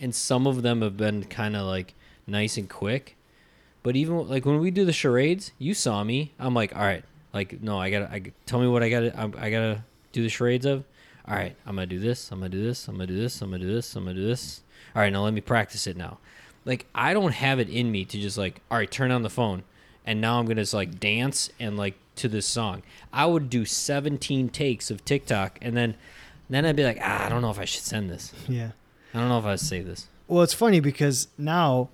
[SPEAKER 2] And some of them have been kind of like nice and quick. But even like when we do the charades, you saw me. I'm like, all right, like no, I gotta. I g- tell me what I gotta. I, I gotta do the charades of. All right, I'm gonna do this. I'm gonna do this. I'm gonna do this. I'm gonna do this. I'm gonna do this. All right, now let me practice it now. Like I don't have it in me to just like, all right, turn on the phone, and now I'm gonna just like dance and like to this song. I would do 17 takes of TikTok, and then then I'd be like, ah, I don't know if I should send this.
[SPEAKER 1] Yeah.
[SPEAKER 2] I don't know if I should save this.
[SPEAKER 1] Well, it's funny because now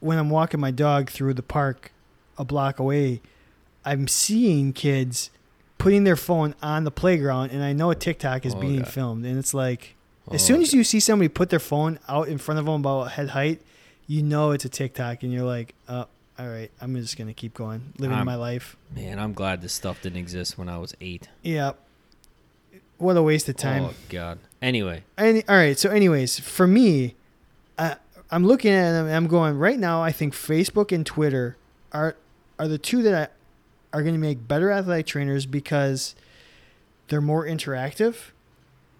[SPEAKER 1] when I'm walking my dog through the park a block away, I'm seeing kids putting their phone on the playground and I know a TikTok is
[SPEAKER 2] Oh,
[SPEAKER 1] being
[SPEAKER 2] God.
[SPEAKER 1] filmed and it's like
[SPEAKER 2] Oh,
[SPEAKER 1] as soon as
[SPEAKER 2] okay.
[SPEAKER 1] you see somebody put their phone out in front of them about head height, you know it's a TikTok and you're like, "Uh, all right, I'm just going to keep going, living
[SPEAKER 2] I'm-
[SPEAKER 1] my life."
[SPEAKER 2] man, I'm glad this stuff didn't exist when I was eight.
[SPEAKER 1] Yeah. What a waste of time.
[SPEAKER 2] Oh God. Anyway,
[SPEAKER 1] Any, all right. So, anyways, for me, I, I'm looking at them. And I'm going right now. I think Facebook and Twitter are are the two that I, are going to make better athletic trainers because they're more interactive,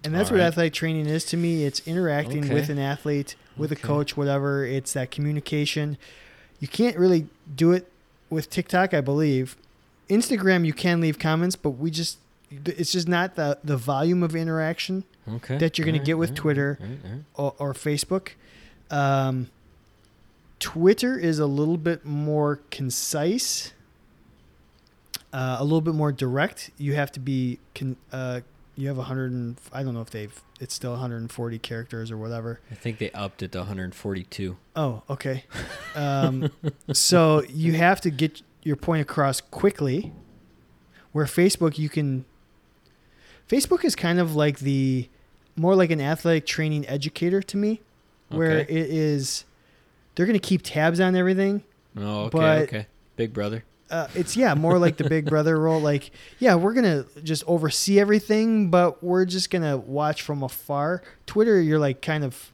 [SPEAKER 1] and that's
[SPEAKER 2] All
[SPEAKER 1] what
[SPEAKER 2] right.
[SPEAKER 1] athletic training is to me. It's interacting
[SPEAKER 2] Okay.
[SPEAKER 1] with an athlete, with
[SPEAKER 2] Okay.
[SPEAKER 1] a coach, whatever. It's that communication. You can't really do it with TikTok, I believe. Instagram, you can leave comments, but we just it's just not the the volume of interaction
[SPEAKER 2] okay.
[SPEAKER 1] that you're going to
[SPEAKER 2] Alright,
[SPEAKER 1] get with
[SPEAKER 2] alright,
[SPEAKER 1] Twitter
[SPEAKER 2] alright, alright.
[SPEAKER 1] or, or Facebook. Um, Twitter is a little bit more concise, uh, a little bit more direct. You have to be con- uh, you have 100 and I don't know if they've it's still 140 characters or whatever.
[SPEAKER 2] I think they upped it to 142.
[SPEAKER 1] Oh, okay. Um, so you have to get your point across quickly. Where Facebook, you can. Facebook is kind of like the more like an athletic training educator to me, where
[SPEAKER 2] Okay.
[SPEAKER 1] it is they're going to keep tabs on everything.
[SPEAKER 2] Oh, okay,
[SPEAKER 1] But-
[SPEAKER 2] okay. Big brother.
[SPEAKER 1] Uh, it's yeah, more like the Big Brother role. Like yeah, we're gonna just oversee everything, but we're just gonna watch from afar. Twitter, you're like kind of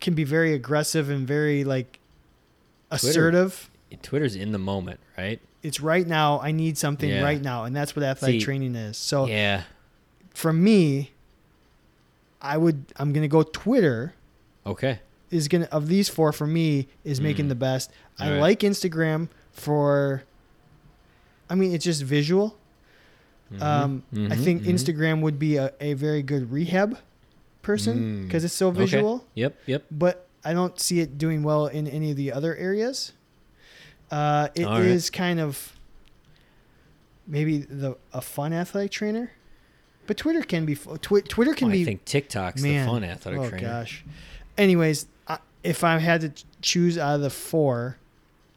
[SPEAKER 1] can be very aggressive and very like assertive.
[SPEAKER 2] Twitter's in the moment, right?
[SPEAKER 1] it's right now. I need something
[SPEAKER 2] Yeah.
[SPEAKER 1] right now, and that's what athletic
[SPEAKER 2] See-
[SPEAKER 1] training is. So
[SPEAKER 2] Yeah.
[SPEAKER 1] for me, I would I'm gonna go Twitter
[SPEAKER 2] Okay.
[SPEAKER 1] is gonna of these four for me is making
[SPEAKER 2] Mm.
[SPEAKER 1] the best. I
[SPEAKER 2] Alright.
[SPEAKER 1] like Instagram for. I mean, it's just visual. Um, I
[SPEAKER 2] Mhm,
[SPEAKER 1] think
[SPEAKER 2] mhm.
[SPEAKER 1] Instagram would be a, a very good rehab person
[SPEAKER 2] Mm.
[SPEAKER 1] because it's so
[SPEAKER 2] Okay.
[SPEAKER 1] visual.
[SPEAKER 2] Yep. Yep.
[SPEAKER 1] but I don't see it doing well in any of the other areas. Uh, it is
[SPEAKER 2] All right.
[SPEAKER 1] kind of maybe the a fun athletic trainer, but Twitter can be fu- twi- Twitter can
[SPEAKER 2] Oh,
[SPEAKER 1] be
[SPEAKER 2] I think TikTok's
[SPEAKER 1] man,
[SPEAKER 2] the fun athletic
[SPEAKER 1] oh
[SPEAKER 2] trainer.
[SPEAKER 1] gosh. Anyways, I, if I had to ch- choose out of the four,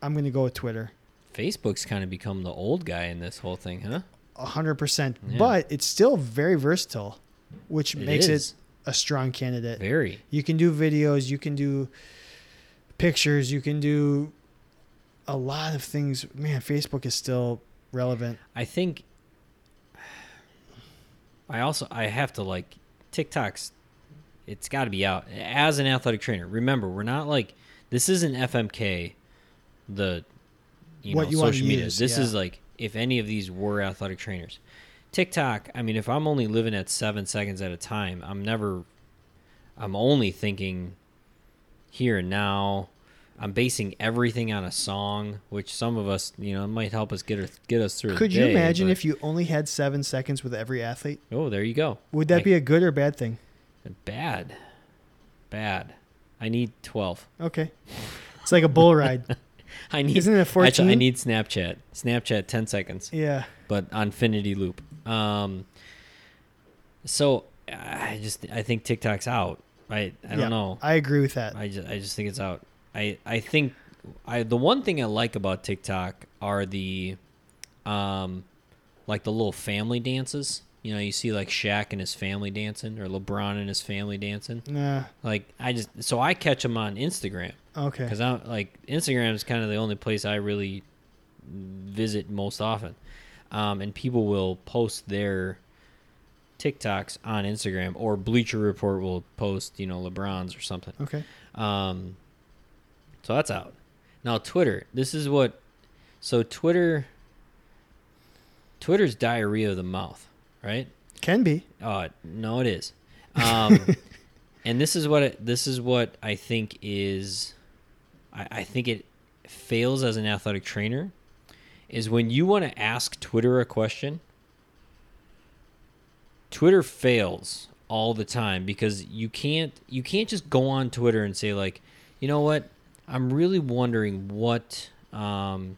[SPEAKER 1] I'm gonna go with Twitter,
[SPEAKER 2] Facebook's kind of become the old guy in this whole thing, huh?
[SPEAKER 1] hundred percent.
[SPEAKER 2] Yeah.
[SPEAKER 1] But it's still very versatile, which makes
[SPEAKER 2] is.
[SPEAKER 1] it a strong candidate.
[SPEAKER 2] very.
[SPEAKER 1] You can do videos, you can do pictures, you can do a lot of things. Man, Facebook is still relevant.
[SPEAKER 2] I think I also I have to like TikToks. It's got to be out as an athletic trainer. Remember, we're not like this isn't FMK, the you
[SPEAKER 1] What
[SPEAKER 2] know
[SPEAKER 1] you wanna
[SPEAKER 2] social media.
[SPEAKER 1] use,
[SPEAKER 2] this
[SPEAKER 1] yeah.
[SPEAKER 2] is like if any of these were athletic trainers. TikTok. I mean, if I'm only living at seven seconds at a time, I'm never. I'm only thinking here and now. I'm basing everything on a song, which some of us, you know, might help us get us get us through.
[SPEAKER 1] Could you imagine if you only had seven seconds with every athlete?
[SPEAKER 2] you? Oh, there you go.
[SPEAKER 1] Would that
[SPEAKER 2] I-
[SPEAKER 1] be a good or bad thing?
[SPEAKER 2] bad? Bad. I need twelve.
[SPEAKER 1] Okay. It's like a bull ride.
[SPEAKER 2] I need.
[SPEAKER 1] Isn't it a
[SPEAKER 2] I t-
[SPEAKER 1] 14?
[SPEAKER 2] I need Snapchat. Snapchat ten seconds,
[SPEAKER 1] yeah.
[SPEAKER 2] but on Infinity Loop. Um. So I just I think TikTok's out. I I don't
[SPEAKER 1] Yeah,
[SPEAKER 2] know.
[SPEAKER 1] I agree with that.
[SPEAKER 2] I just I just think it's out. I I think I the one thing I like about TikTok are the um like the little family dances. You know, you see like Shaq and his family dancing or LeBron and his family dancing.
[SPEAKER 1] Nah.
[SPEAKER 2] Like I just so I catch them on Instagram.
[SPEAKER 1] Okay.
[SPEAKER 2] because I'm like Instagram is kind of the only place I really visit most often, um, and people will post their TikToks on Instagram or Bleacher Report will post you know LeBron's or something.
[SPEAKER 1] Okay.
[SPEAKER 2] Um, so that's out. Now Twitter. This is what. So Twitter. Twitter's diarrhea of the mouth, right?
[SPEAKER 1] Can be.
[SPEAKER 2] Uh, no, it is. Um, and this is what it, this is what I think is. I, I think it fails as an athletic trainer, is when you want to ask Twitter a question. Twitter fails all the time because you can't you can't just go on Twitter and say like, you know what, I'm really wondering what um,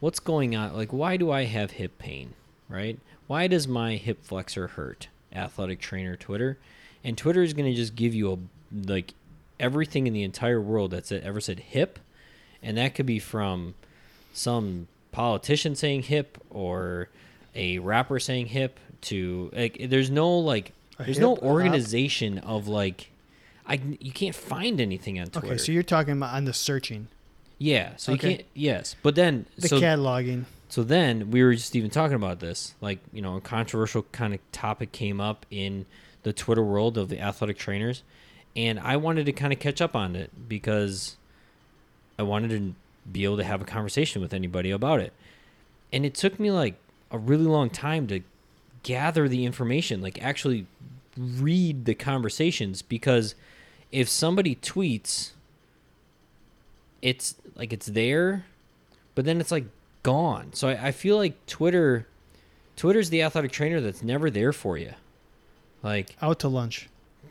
[SPEAKER 2] what's going on. Like, why do I have hip pain? Right? Why does my hip flexor hurt? Athletic trainer Twitter, and Twitter is going to just give you a like everything in the entire world that's ever said hip, and that could be from some politician saying hip or a rapper saying hip to like there's no like
[SPEAKER 1] A
[SPEAKER 2] there's
[SPEAKER 1] hip,
[SPEAKER 2] no
[SPEAKER 1] a hop?
[SPEAKER 2] organization of like I you can't find anything on Twitter.
[SPEAKER 1] Okay, so you're talking about on the searching,
[SPEAKER 2] yeah, so
[SPEAKER 1] Okay.
[SPEAKER 2] you can't yes, but then
[SPEAKER 1] the
[SPEAKER 2] so
[SPEAKER 1] cataloging.
[SPEAKER 2] so then we were just even talking about this, like you know, a controversial kind of topic came up in the Twitter world of the athletic trainers, and I wanted to kind of catch up on it because I wanted to be able to have a conversation with anybody about it, and it took me like a really long time to gather the information, like actually read the conversations because if somebody tweets it's like it's there but then it's like gone. So I, I feel like Twitter, Twitter's the athletic trainer that's never there for you. Like,
[SPEAKER 1] Out to lunch.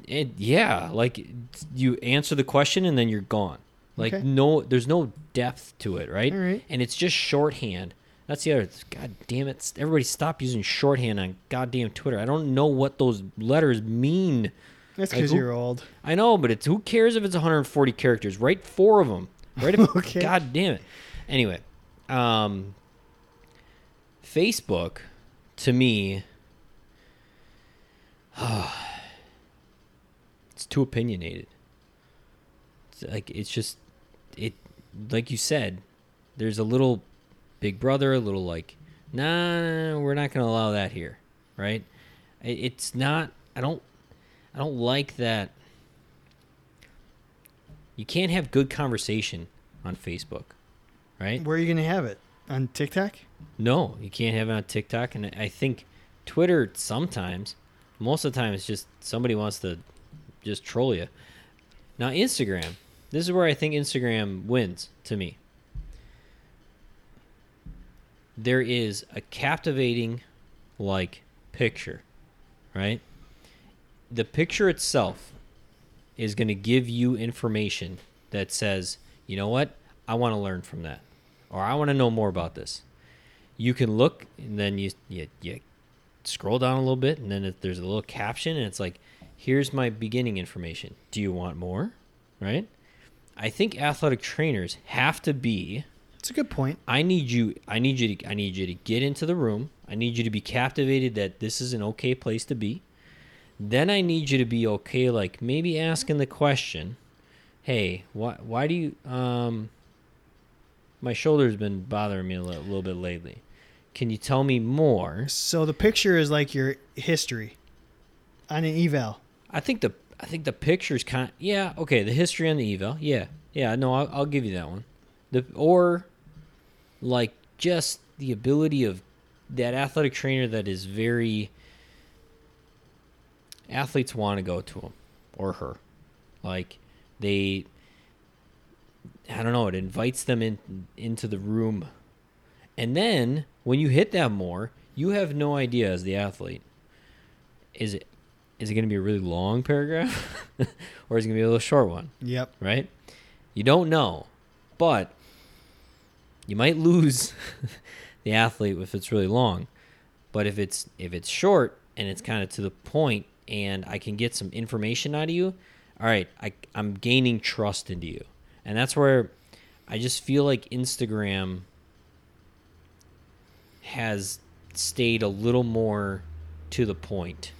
[SPEAKER 2] it, yeah, like it's- you answer the question and then you're gone. Like
[SPEAKER 1] Okay.
[SPEAKER 2] no, there's no depth to it, right?
[SPEAKER 1] All right.
[SPEAKER 2] And it's just shorthand. That's the other. God damn it! Everybody stop using shorthand on goddamn Twitter. I don't know what those letters mean.
[SPEAKER 1] That's
[SPEAKER 2] Like,
[SPEAKER 1] because
[SPEAKER 2] who-
[SPEAKER 1] you're old.
[SPEAKER 2] I know, but it's who cares if it's 140 characters? Write four of them. Write a,
[SPEAKER 1] Okay.
[SPEAKER 2] God damn it. Anyway, um, Facebook to me, it's too opinionated. It's like it's just it, like you said, there's a little Big Brother, a little like, nah, we're not gonna allow that here, right? It, it's not. I don't. I don't like that. You can't have good conversation on Facebook, right?
[SPEAKER 1] Where are you going to have it? On TikTok?
[SPEAKER 2] No, you can't have it on TikTok, and I think Twitter sometimes, most of the time, it's just somebody wants to just troll you. Now Instagram, this is where I think Instagram wins to me. There is a captivating, like picture, right? The picture itself is going to give you information that says, you know what, I want to learn from that, or I want to know more about this you can look and then you you, you scroll down a little bit and then it, there's a little caption and it's like here's my beginning information do you want more right i think athletic trainers have to be
[SPEAKER 1] It's a good point.
[SPEAKER 2] i need you i need you to i need you to get into the room i need you to be captivated that this is an okay place to be then i need you to be okay like maybe asking the question hey why why do you um my shoulder's been bothering me a li- little bit lately can you tell me more
[SPEAKER 1] So the picture is like your history on an eval.
[SPEAKER 2] I think the I think the pictures kind. yeah, okay. The history on the eval. Yeah, yeah. No, I'll, I'll give you that one. The or like just the ability of that athletic trainer that is very athletes want to go to him or her, like they. I don't know. It invites them in into the room, and then when you hit that more, you have no idea as the athlete is it is it going to be a really long paragraph or is it going to be a little short one
[SPEAKER 1] Yep.
[SPEAKER 2] right you don't know but you might lose the athlete if it's really long but if it's if it's short and it's kind of to the point and i can get some information out of you all right I, i'm gaining trust into you and that's where i just feel like instagram has stayed a little more to the point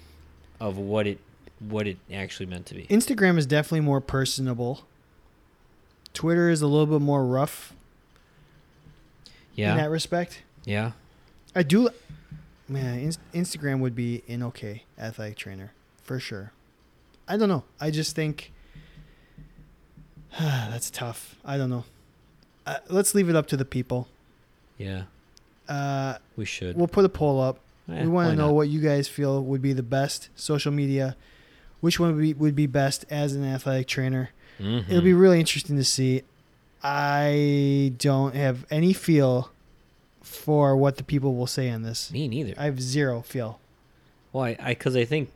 [SPEAKER 2] of what it what it actually meant to be
[SPEAKER 1] Instagram is definitely more personable Twitter is a little bit more rough in
[SPEAKER 2] Yeah.
[SPEAKER 1] that respect.
[SPEAKER 2] Yeah.
[SPEAKER 1] I do, man. Ins- Instagram would be an okay athletic trainer for sure. I don't know. I just think that's tough. I don't know. Uh, let's leave it up to the people.
[SPEAKER 2] Yeah.
[SPEAKER 1] Uh,
[SPEAKER 2] We should.
[SPEAKER 1] we'll put a poll up.
[SPEAKER 2] Eh,
[SPEAKER 1] we want
[SPEAKER 2] why
[SPEAKER 1] to know
[SPEAKER 2] not?
[SPEAKER 1] what you guys feel would be the best social media. Which one would be, would be best as an athletic trainer?
[SPEAKER 2] Mhm.
[SPEAKER 1] It'll be really interesting to see. I don't have any feel for what the people will say on this.
[SPEAKER 2] me neither.
[SPEAKER 1] I have zero feel.
[SPEAKER 2] well, I because I think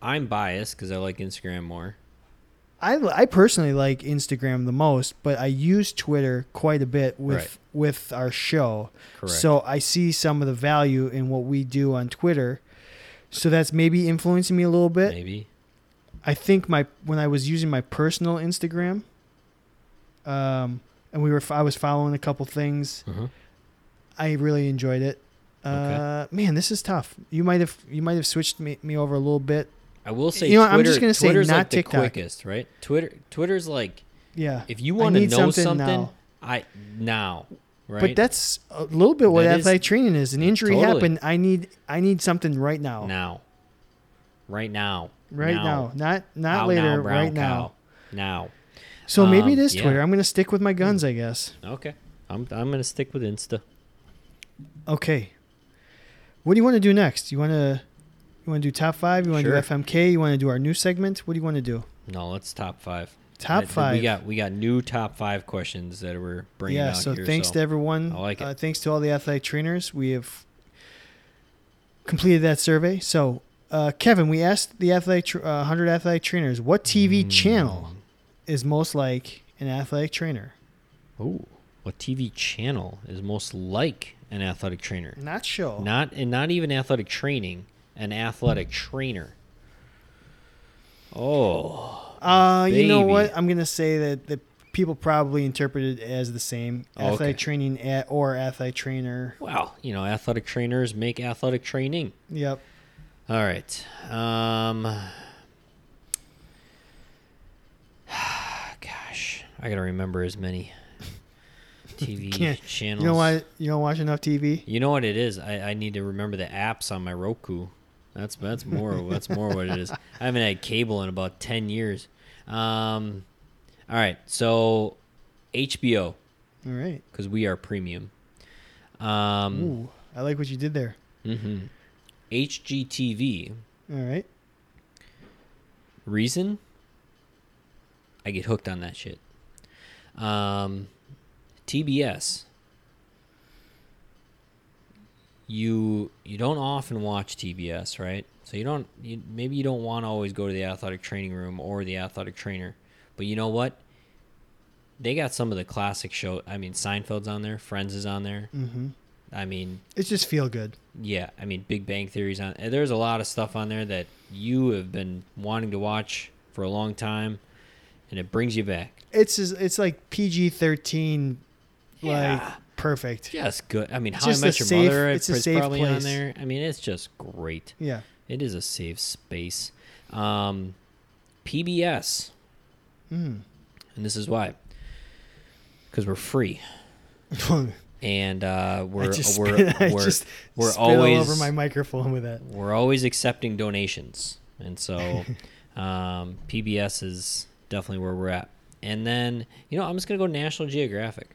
[SPEAKER 2] I'm biased because I like Instagram more.
[SPEAKER 1] I, I personally like Instagram the most, but I use Twitter quite a bit with
[SPEAKER 2] Right.
[SPEAKER 1] with our show.
[SPEAKER 2] Correct.
[SPEAKER 1] So I see some of the value in what we do on Twitter. So that's maybe influencing me a little bit.
[SPEAKER 2] maybe.
[SPEAKER 1] I think my when I was using my personal Instagram, um, and we were I was following a couple things.
[SPEAKER 2] Uh-huh.
[SPEAKER 1] I really enjoyed it. Uh, man, this is tough. You might have you might have switched me, me over a little bit.
[SPEAKER 2] I will say
[SPEAKER 1] You know what,
[SPEAKER 2] Twitter,
[SPEAKER 1] I'm just gonna say
[SPEAKER 2] Twitter's
[SPEAKER 1] not
[SPEAKER 2] like the
[SPEAKER 1] TikTok.
[SPEAKER 2] quickest, right? Twitter Twitter's like
[SPEAKER 1] Yeah,
[SPEAKER 2] if you
[SPEAKER 1] I
[SPEAKER 2] want to
[SPEAKER 1] need
[SPEAKER 2] know something,
[SPEAKER 1] something now.
[SPEAKER 2] I now, right?
[SPEAKER 1] but that's a little bit what
[SPEAKER 2] That is-
[SPEAKER 1] athletic training is. An injury
[SPEAKER 2] Totally.
[SPEAKER 1] happened. I need I need something right now.
[SPEAKER 2] now. Right now.
[SPEAKER 1] Right now. not not
[SPEAKER 2] Out
[SPEAKER 1] later.
[SPEAKER 2] brown
[SPEAKER 1] right now.
[SPEAKER 2] cow. Now.
[SPEAKER 1] So maybe it
[SPEAKER 2] Um,
[SPEAKER 1] is
[SPEAKER 2] yeah. Mm.
[SPEAKER 1] Twitter. I'm gonna stick with my guns, I guess.
[SPEAKER 2] Okay. I'm I'm gonna stick with Insta.
[SPEAKER 1] Okay. What do you want to do next? You want to you want to do top five? You want to
[SPEAKER 2] Sure.
[SPEAKER 1] do FMK? You want to do our new segment? What do you want to do?
[SPEAKER 2] No, let's top five.
[SPEAKER 1] Top
[SPEAKER 2] That-
[SPEAKER 1] five.
[SPEAKER 2] We got we got new top five questions that we're bringing
[SPEAKER 1] yeah.
[SPEAKER 2] out
[SPEAKER 1] So
[SPEAKER 2] here,
[SPEAKER 1] thanks to everyone.
[SPEAKER 2] I like it.
[SPEAKER 1] Uh, thanks to all the athletic trainers. We have completed that survey. So uh, Kevin, we asked the athletic tr uh, hundred athletic trainers what
[SPEAKER 2] Mm.
[SPEAKER 1] TV channel is most like an athletic trainer.
[SPEAKER 2] Oh, what TV channel is most like an athletic trainer?
[SPEAKER 1] Not show.
[SPEAKER 2] Not and not even athletic training, an athletic trainer. Oh,
[SPEAKER 1] Uh, you know
[SPEAKER 2] Baby.
[SPEAKER 1] what? I'm gonna say that the people probably interpret it as the same
[SPEAKER 2] Oh,
[SPEAKER 1] athletic
[SPEAKER 2] okay.
[SPEAKER 1] training at, or athletic trainer.
[SPEAKER 2] well, you know, athletic trainers make athletic training.
[SPEAKER 1] Yep.
[SPEAKER 2] All right. Um gosh, I got to remember as many TV
[SPEAKER 1] Can't-
[SPEAKER 2] channels.
[SPEAKER 1] You know why you don't watch enough TV?
[SPEAKER 2] You know what it is? I, I need to remember the apps on my Roku. That's that's more that's more what it is. I haven't had cable in about ten years. Um, all right, so HBO
[SPEAKER 1] All right.
[SPEAKER 2] because we are premium. Um,
[SPEAKER 1] Ooh, I like what you did there.
[SPEAKER 2] mhm. HGTV
[SPEAKER 1] All right.
[SPEAKER 2] reason. I get hooked on that shit. Um, TBS. You you don't often watch TBS, right? So you don't you, maybe you don't want to always go to the athletic training room or the athletic trainer, but you know what? They got some of the classic show. I mean, Seinfeld's on there, Friends is on there.
[SPEAKER 1] Mm-hmm.
[SPEAKER 2] I mean,
[SPEAKER 1] It's just feel good.
[SPEAKER 2] yeah, I mean, Big Bang Theory's on. and There's a lot of stuff on there that you have been wanting to watch for a long time, and it brings you back.
[SPEAKER 1] It's just, it's like PG thirteen, like
[SPEAKER 2] Yeah.
[SPEAKER 1] perfect.
[SPEAKER 2] Just good. I mean,
[SPEAKER 1] It's
[SPEAKER 2] How I
[SPEAKER 1] just a
[SPEAKER 2] Met Your
[SPEAKER 1] safe-
[SPEAKER 2] Mother
[SPEAKER 1] it's
[SPEAKER 2] it's
[SPEAKER 1] a safe
[SPEAKER 2] probably on
[SPEAKER 1] place.
[SPEAKER 2] there. I mean, it's just great.
[SPEAKER 1] Yeah.
[SPEAKER 2] It is a safe space. Um, PBS,
[SPEAKER 1] Mm.
[SPEAKER 2] and this is why, because we're free and uh, we're
[SPEAKER 1] just
[SPEAKER 2] we're
[SPEAKER 1] spit- I
[SPEAKER 2] we're,
[SPEAKER 1] just
[SPEAKER 2] we're
[SPEAKER 1] Spit all
[SPEAKER 2] always
[SPEAKER 1] over my microphone with that.
[SPEAKER 2] we're always accepting donations and so um, pbs is definitely where we're at and then you know i'm just gonna go national geographic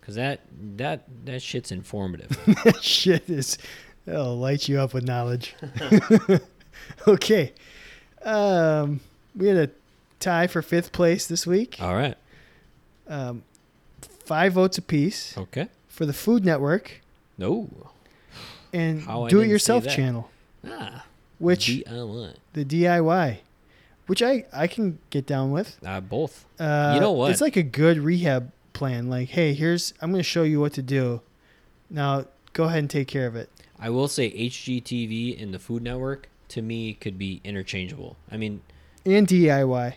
[SPEAKER 2] because that that that shit's informative
[SPEAKER 1] that shit is it'll light you up with knowledge. okay. Um we had a tie for fifth place this week.
[SPEAKER 2] all right
[SPEAKER 1] Um five votes apiece
[SPEAKER 2] okay
[SPEAKER 1] for the Food Network
[SPEAKER 2] no
[SPEAKER 1] and
[SPEAKER 2] How I
[SPEAKER 1] Do It
[SPEAKER 2] didn't see
[SPEAKER 1] Yourself
[SPEAKER 2] that.
[SPEAKER 1] channel,
[SPEAKER 2] ah
[SPEAKER 1] which
[SPEAKER 2] DIY.
[SPEAKER 1] the DIY, which I I can get down with.
[SPEAKER 2] Uh, both
[SPEAKER 1] Uh,
[SPEAKER 2] know what?
[SPEAKER 1] It's like a good rehab plan. Like, hey, here's I'm going to show you what to do. Now go ahead and take care of it.
[SPEAKER 2] i will say hgtv and the food network to me could be interchangeable i mean
[SPEAKER 1] And DIY.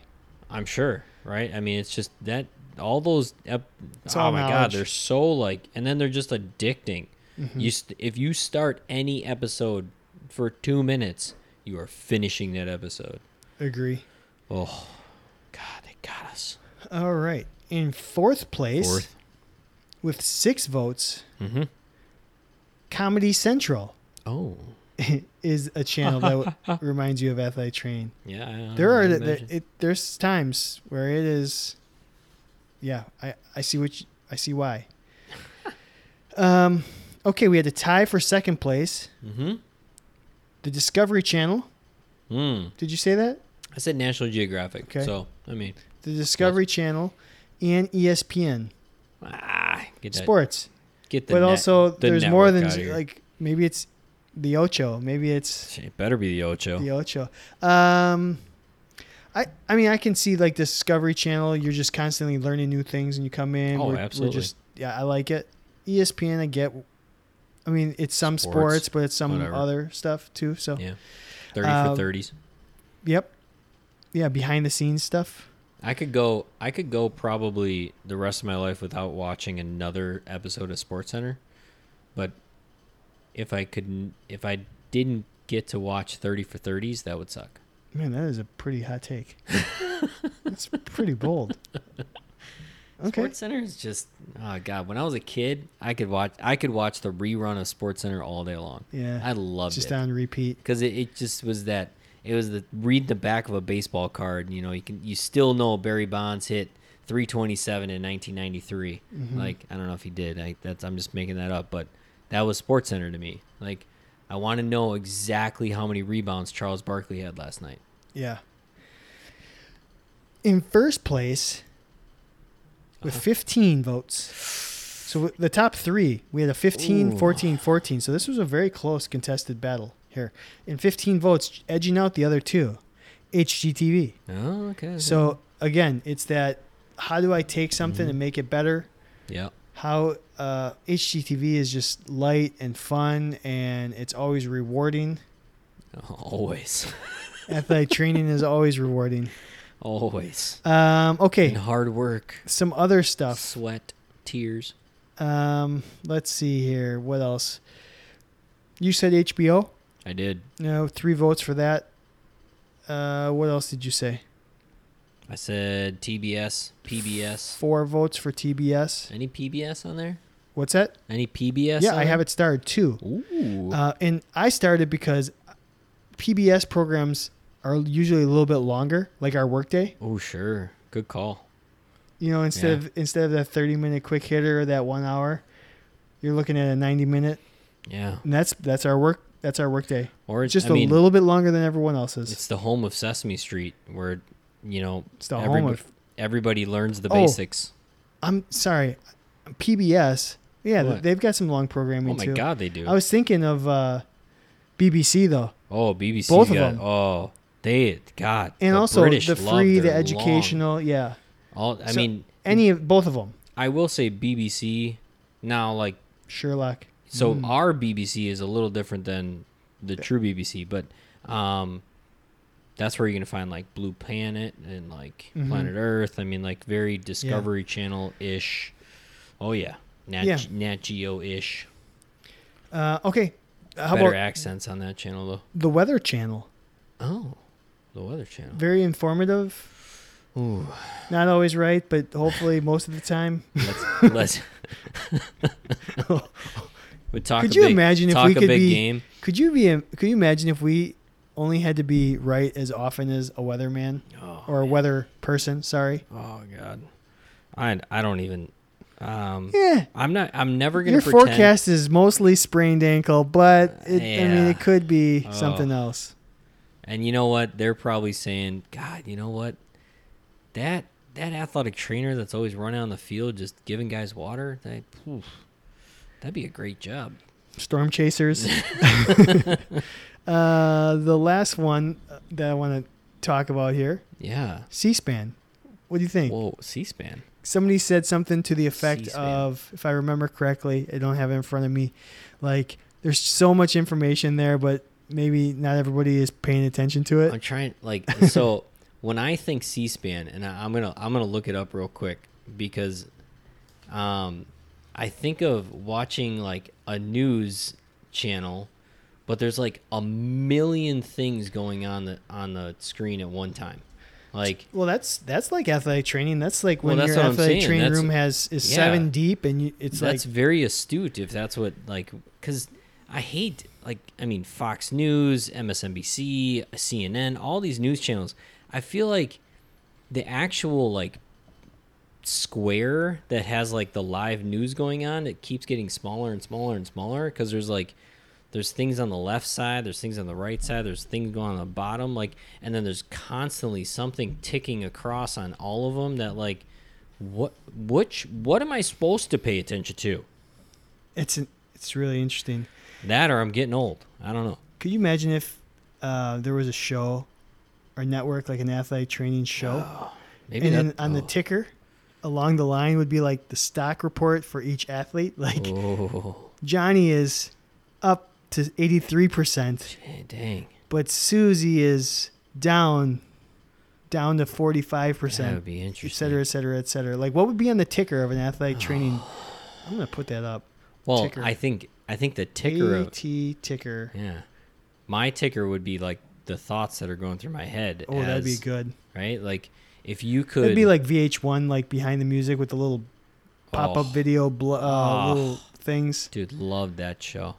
[SPEAKER 2] I'm sure, right? I mean, it's just that all those. Ep-
[SPEAKER 1] It's
[SPEAKER 2] oh
[SPEAKER 1] all
[SPEAKER 2] my god,
[SPEAKER 1] knowledge. Mm-hmm.
[SPEAKER 2] they're so like, and then they're just addicting. You st- if you start any episode for two minutes, you are finishing that episode.
[SPEAKER 1] Agree.
[SPEAKER 2] Oh, god, they got us.
[SPEAKER 1] All right. In fourth place,
[SPEAKER 2] Fourth.
[SPEAKER 1] with six votes,
[SPEAKER 2] Mm-hmm.
[SPEAKER 1] Comedy Central
[SPEAKER 2] Oh.
[SPEAKER 1] is a channel that w- reminds you of Athlete Train.
[SPEAKER 2] Yeah. I- I
[SPEAKER 1] There are
[SPEAKER 2] imagine.
[SPEAKER 1] there, it, there's times where it is. Yeah, I I see which I see why. um, okay, we had a tie for second place.
[SPEAKER 2] Mm-hmm.
[SPEAKER 1] The Discovery Channel.
[SPEAKER 2] Mm.
[SPEAKER 1] Did you say that?
[SPEAKER 2] I said National Geographic.
[SPEAKER 1] Okay.
[SPEAKER 2] So I mean,
[SPEAKER 1] The Discovery Channel, and E ESPN
[SPEAKER 2] ah, get that,
[SPEAKER 1] Sports.
[SPEAKER 2] Get the
[SPEAKER 1] but
[SPEAKER 2] net-
[SPEAKER 1] also
[SPEAKER 2] the
[SPEAKER 1] there's more than
[SPEAKER 2] network out of here.
[SPEAKER 1] like maybe it's the ocho maybe it's
[SPEAKER 2] It better be the Ocho.
[SPEAKER 1] the ocho um i i mean i can see like discovery channel you're just constantly learning new things and you come in
[SPEAKER 2] Oh,
[SPEAKER 1] we're,
[SPEAKER 2] absolutely.
[SPEAKER 1] we're just yeah i like it E espn i get i mean it's some sports,
[SPEAKER 2] Sports,
[SPEAKER 1] but it's some
[SPEAKER 2] whatever.
[SPEAKER 1] other stuff too so
[SPEAKER 2] yeah. Thirty
[SPEAKER 1] Uh,
[SPEAKER 2] for thirties.
[SPEAKER 1] yep yeah behind the scenes stuff
[SPEAKER 2] I could go. I could go probably the rest of my life without watching another episode of Sports Center, but if I couldn't, if I didn't get to watch Thirty for Thirties, that would suck.
[SPEAKER 1] man that is a pretty hot take that's pretty bold okay
[SPEAKER 2] Sports Center is just oh god. When I was a kid, I could watch. I could watch the rerun of Sports Center all day long.
[SPEAKER 1] yeah
[SPEAKER 2] I loved
[SPEAKER 1] just
[SPEAKER 2] it
[SPEAKER 1] on repeat
[SPEAKER 2] because it, it just was that it was the read the back of a baseball card and, you know you can you still know barry bonds hit 327 in 1993
[SPEAKER 1] Mm-hmm.
[SPEAKER 2] like i don't know if he did I, that's i'm just making that up but that was sports center to me like i want to know exactly how many rebounds charles barkley had last night
[SPEAKER 1] Yeah. In first place, with 15 votes. So w- the top three, we had a 15,
[SPEAKER 2] Ooh.
[SPEAKER 1] 14, 14. So this was a very close contested battle here. In 15 votes, edging out the other two, HGTV.
[SPEAKER 2] oh okay
[SPEAKER 1] So again, it's that how do I take something and make it better?
[SPEAKER 2] yeah
[SPEAKER 1] How uh, HGTV is just light and fun and it's always rewarding.
[SPEAKER 2] always
[SPEAKER 1] Athletic training is always rewarding.
[SPEAKER 2] always
[SPEAKER 1] Um, okay,
[SPEAKER 2] and hard work
[SPEAKER 1] some other stuff.
[SPEAKER 2] sweat tears
[SPEAKER 1] Um, let's see here. What else? You said HBO.
[SPEAKER 2] i did
[SPEAKER 1] No, three votes for that. Uh, what else did you say?
[SPEAKER 2] i said tbs pbs
[SPEAKER 1] Four votes for TBS.
[SPEAKER 2] any pbs on there
[SPEAKER 1] What's that?
[SPEAKER 2] Any PBS?
[SPEAKER 1] yeah, I have it starred too.
[SPEAKER 2] Ooh.
[SPEAKER 1] Uh, and I started because PBS programs are usually a little bit longer, like our workday.
[SPEAKER 2] oh, sure. Good call.
[SPEAKER 1] You know, instead
[SPEAKER 2] Yeah.
[SPEAKER 1] of instead of that thirty minute quick hitter or that one hour, you're looking at a ninety minute,
[SPEAKER 2] Yeah.
[SPEAKER 1] and that's that's our work. That's our workday.
[SPEAKER 2] Or
[SPEAKER 1] It's
[SPEAKER 2] it's
[SPEAKER 1] just
[SPEAKER 2] I
[SPEAKER 1] a
[SPEAKER 2] mean,
[SPEAKER 1] little bit longer than everyone else's.
[SPEAKER 2] It's the home of Sesame Street, where you know
[SPEAKER 1] It's the
[SPEAKER 2] everybo-
[SPEAKER 1] home of
[SPEAKER 2] everybody learns the
[SPEAKER 1] Oh,
[SPEAKER 2] basics.
[SPEAKER 1] I'm sorry, PBS. Yeah, th
[SPEAKER 2] What?
[SPEAKER 1] they've got some long programming
[SPEAKER 2] Oh my
[SPEAKER 1] too.
[SPEAKER 2] God, they do.
[SPEAKER 1] I was thinking of uh, BBC though,
[SPEAKER 2] oh, BBC.
[SPEAKER 1] both of
[SPEAKER 2] got-
[SPEAKER 1] them.
[SPEAKER 2] Oh, they God.
[SPEAKER 1] and
[SPEAKER 2] the
[SPEAKER 1] also
[SPEAKER 2] British
[SPEAKER 1] the
[SPEAKER 2] love
[SPEAKER 1] free, the
[SPEAKER 2] their long-
[SPEAKER 1] educational. Yeah,
[SPEAKER 2] all, I
[SPEAKER 1] So-
[SPEAKER 2] mean,
[SPEAKER 1] any of both of them.
[SPEAKER 2] I will say BBC now. Like
[SPEAKER 1] Sherlock.
[SPEAKER 2] so,
[SPEAKER 1] Mm.
[SPEAKER 2] our BBC is a little different than the true BBC, but um, that's where you're gonna find like Blue Planet and like
[SPEAKER 1] Mhm.
[SPEAKER 2] Planet Earth. I mean, like very Discovery Channel ish. Oh yeah, Nat,
[SPEAKER 1] Yeah.
[SPEAKER 2] Nat Geo ish.
[SPEAKER 1] Uh, okay, how
[SPEAKER 2] Better
[SPEAKER 1] about
[SPEAKER 2] accents on that channel though.
[SPEAKER 1] the Weather Channel?
[SPEAKER 2] Oh, the Weather Channel.
[SPEAKER 1] Very informative.
[SPEAKER 2] Ooh,
[SPEAKER 1] Not always right, but hopefully most of the time.
[SPEAKER 2] let's let's. we talk.
[SPEAKER 1] Could
[SPEAKER 2] a
[SPEAKER 1] you
[SPEAKER 2] big-
[SPEAKER 1] imagine if
[SPEAKER 2] talk
[SPEAKER 1] we
[SPEAKER 2] a
[SPEAKER 1] could
[SPEAKER 2] big
[SPEAKER 1] be-
[SPEAKER 2] game?
[SPEAKER 1] Could you be? Could you imagine if we only had to be right as often as a weatherman
[SPEAKER 2] Oh,
[SPEAKER 1] or a weather person? Sorry.
[SPEAKER 2] oh god, I I don't even. Um,
[SPEAKER 1] Yeah.
[SPEAKER 2] I'm not. I'm never gonna
[SPEAKER 1] Your
[SPEAKER 2] pretend.
[SPEAKER 1] forecast is mostly sprained ankle, but it, I mean,
[SPEAKER 2] Yeah.
[SPEAKER 1] it could be
[SPEAKER 2] Oh.
[SPEAKER 1] something else.
[SPEAKER 2] And you know what? They're probably saying, "God, you know what? That that athletic trainer that's always running on the field just giving guys water, that oof, that'd be a great job."
[SPEAKER 1] Storm chasers. uh, the last one uh, that I want to talk about here,
[SPEAKER 2] Yeah.
[SPEAKER 1] C-SPAN. What do you think?
[SPEAKER 2] Whoa, C-SPAN.
[SPEAKER 1] Somebody said something to the effect
[SPEAKER 2] C-SPAN.
[SPEAKER 1] of, if I remember correctly, I don't have it in front of me. Like, there's so much information there, but maybe not everybody is paying attention to it.
[SPEAKER 2] I'm trying like so when I think C-SPAN and I, I'm going to I'm going to look it up real quick because um I think of watching like a news channel but there's like a million things going on the on the screen at one time. Like
[SPEAKER 1] Well, that's that's like athletic training. That's like
[SPEAKER 2] Well,
[SPEAKER 1] when
[SPEAKER 2] that's
[SPEAKER 1] your
[SPEAKER 2] what I'm
[SPEAKER 1] athletic
[SPEAKER 2] saying.
[SPEAKER 1] training
[SPEAKER 2] That's-
[SPEAKER 1] room has is
[SPEAKER 2] yeah.
[SPEAKER 1] seven deep, and you, it's like
[SPEAKER 2] that's very astute if that's what like because i hate like i mean fox news msnbc cnn all these news channels i feel like the actual like square that has like the live news going on it keeps getting smaller and smaller and smaller because there's like there's things on the left side there's things on the right side there's things going on the bottom like and then there's constantly something ticking across on all of them that like what which what am i supposed to pay attention to
[SPEAKER 1] it's an, it's really interesting.
[SPEAKER 2] that or i'm getting old i don't know
[SPEAKER 1] Could you imagine if uh, there was a show or network like an athletic training show,
[SPEAKER 2] maybe
[SPEAKER 1] and
[SPEAKER 2] that,
[SPEAKER 1] then on the
[SPEAKER 2] oh.
[SPEAKER 1] ticker along the line would be like the stock report for each athlete. Like
[SPEAKER 2] oh
[SPEAKER 1] Johnny is up to eighty three percent,
[SPEAKER 2] dang, dang.
[SPEAKER 1] but Susie is down down to forty five
[SPEAKER 2] that
[SPEAKER 1] percent.
[SPEAKER 2] would be interesting
[SPEAKER 1] et cetera, et cetera, et cetera. Like, what would be on the ticker of an athletic training? I'm gonna put that up.
[SPEAKER 2] well
[SPEAKER 1] ticker.
[SPEAKER 2] i think i think the ticker of
[SPEAKER 1] AT ticker.
[SPEAKER 2] yeah my ticker would be like the thoughts that are going through my head
[SPEAKER 1] Oh, that'd be
[SPEAKER 2] as-
[SPEAKER 1] good.
[SPEAKER 2] right like if you could
[SPEAKER 1] That'd be like VH1, like behind the music with the little pop-up
[SPEAKER 2] Oh,
[SPEAKER 1] video bl- uh,
[SPEAKER 2] Oh.
[SPEAKER 1] little things.
[SPEAKER 2] dude loved that show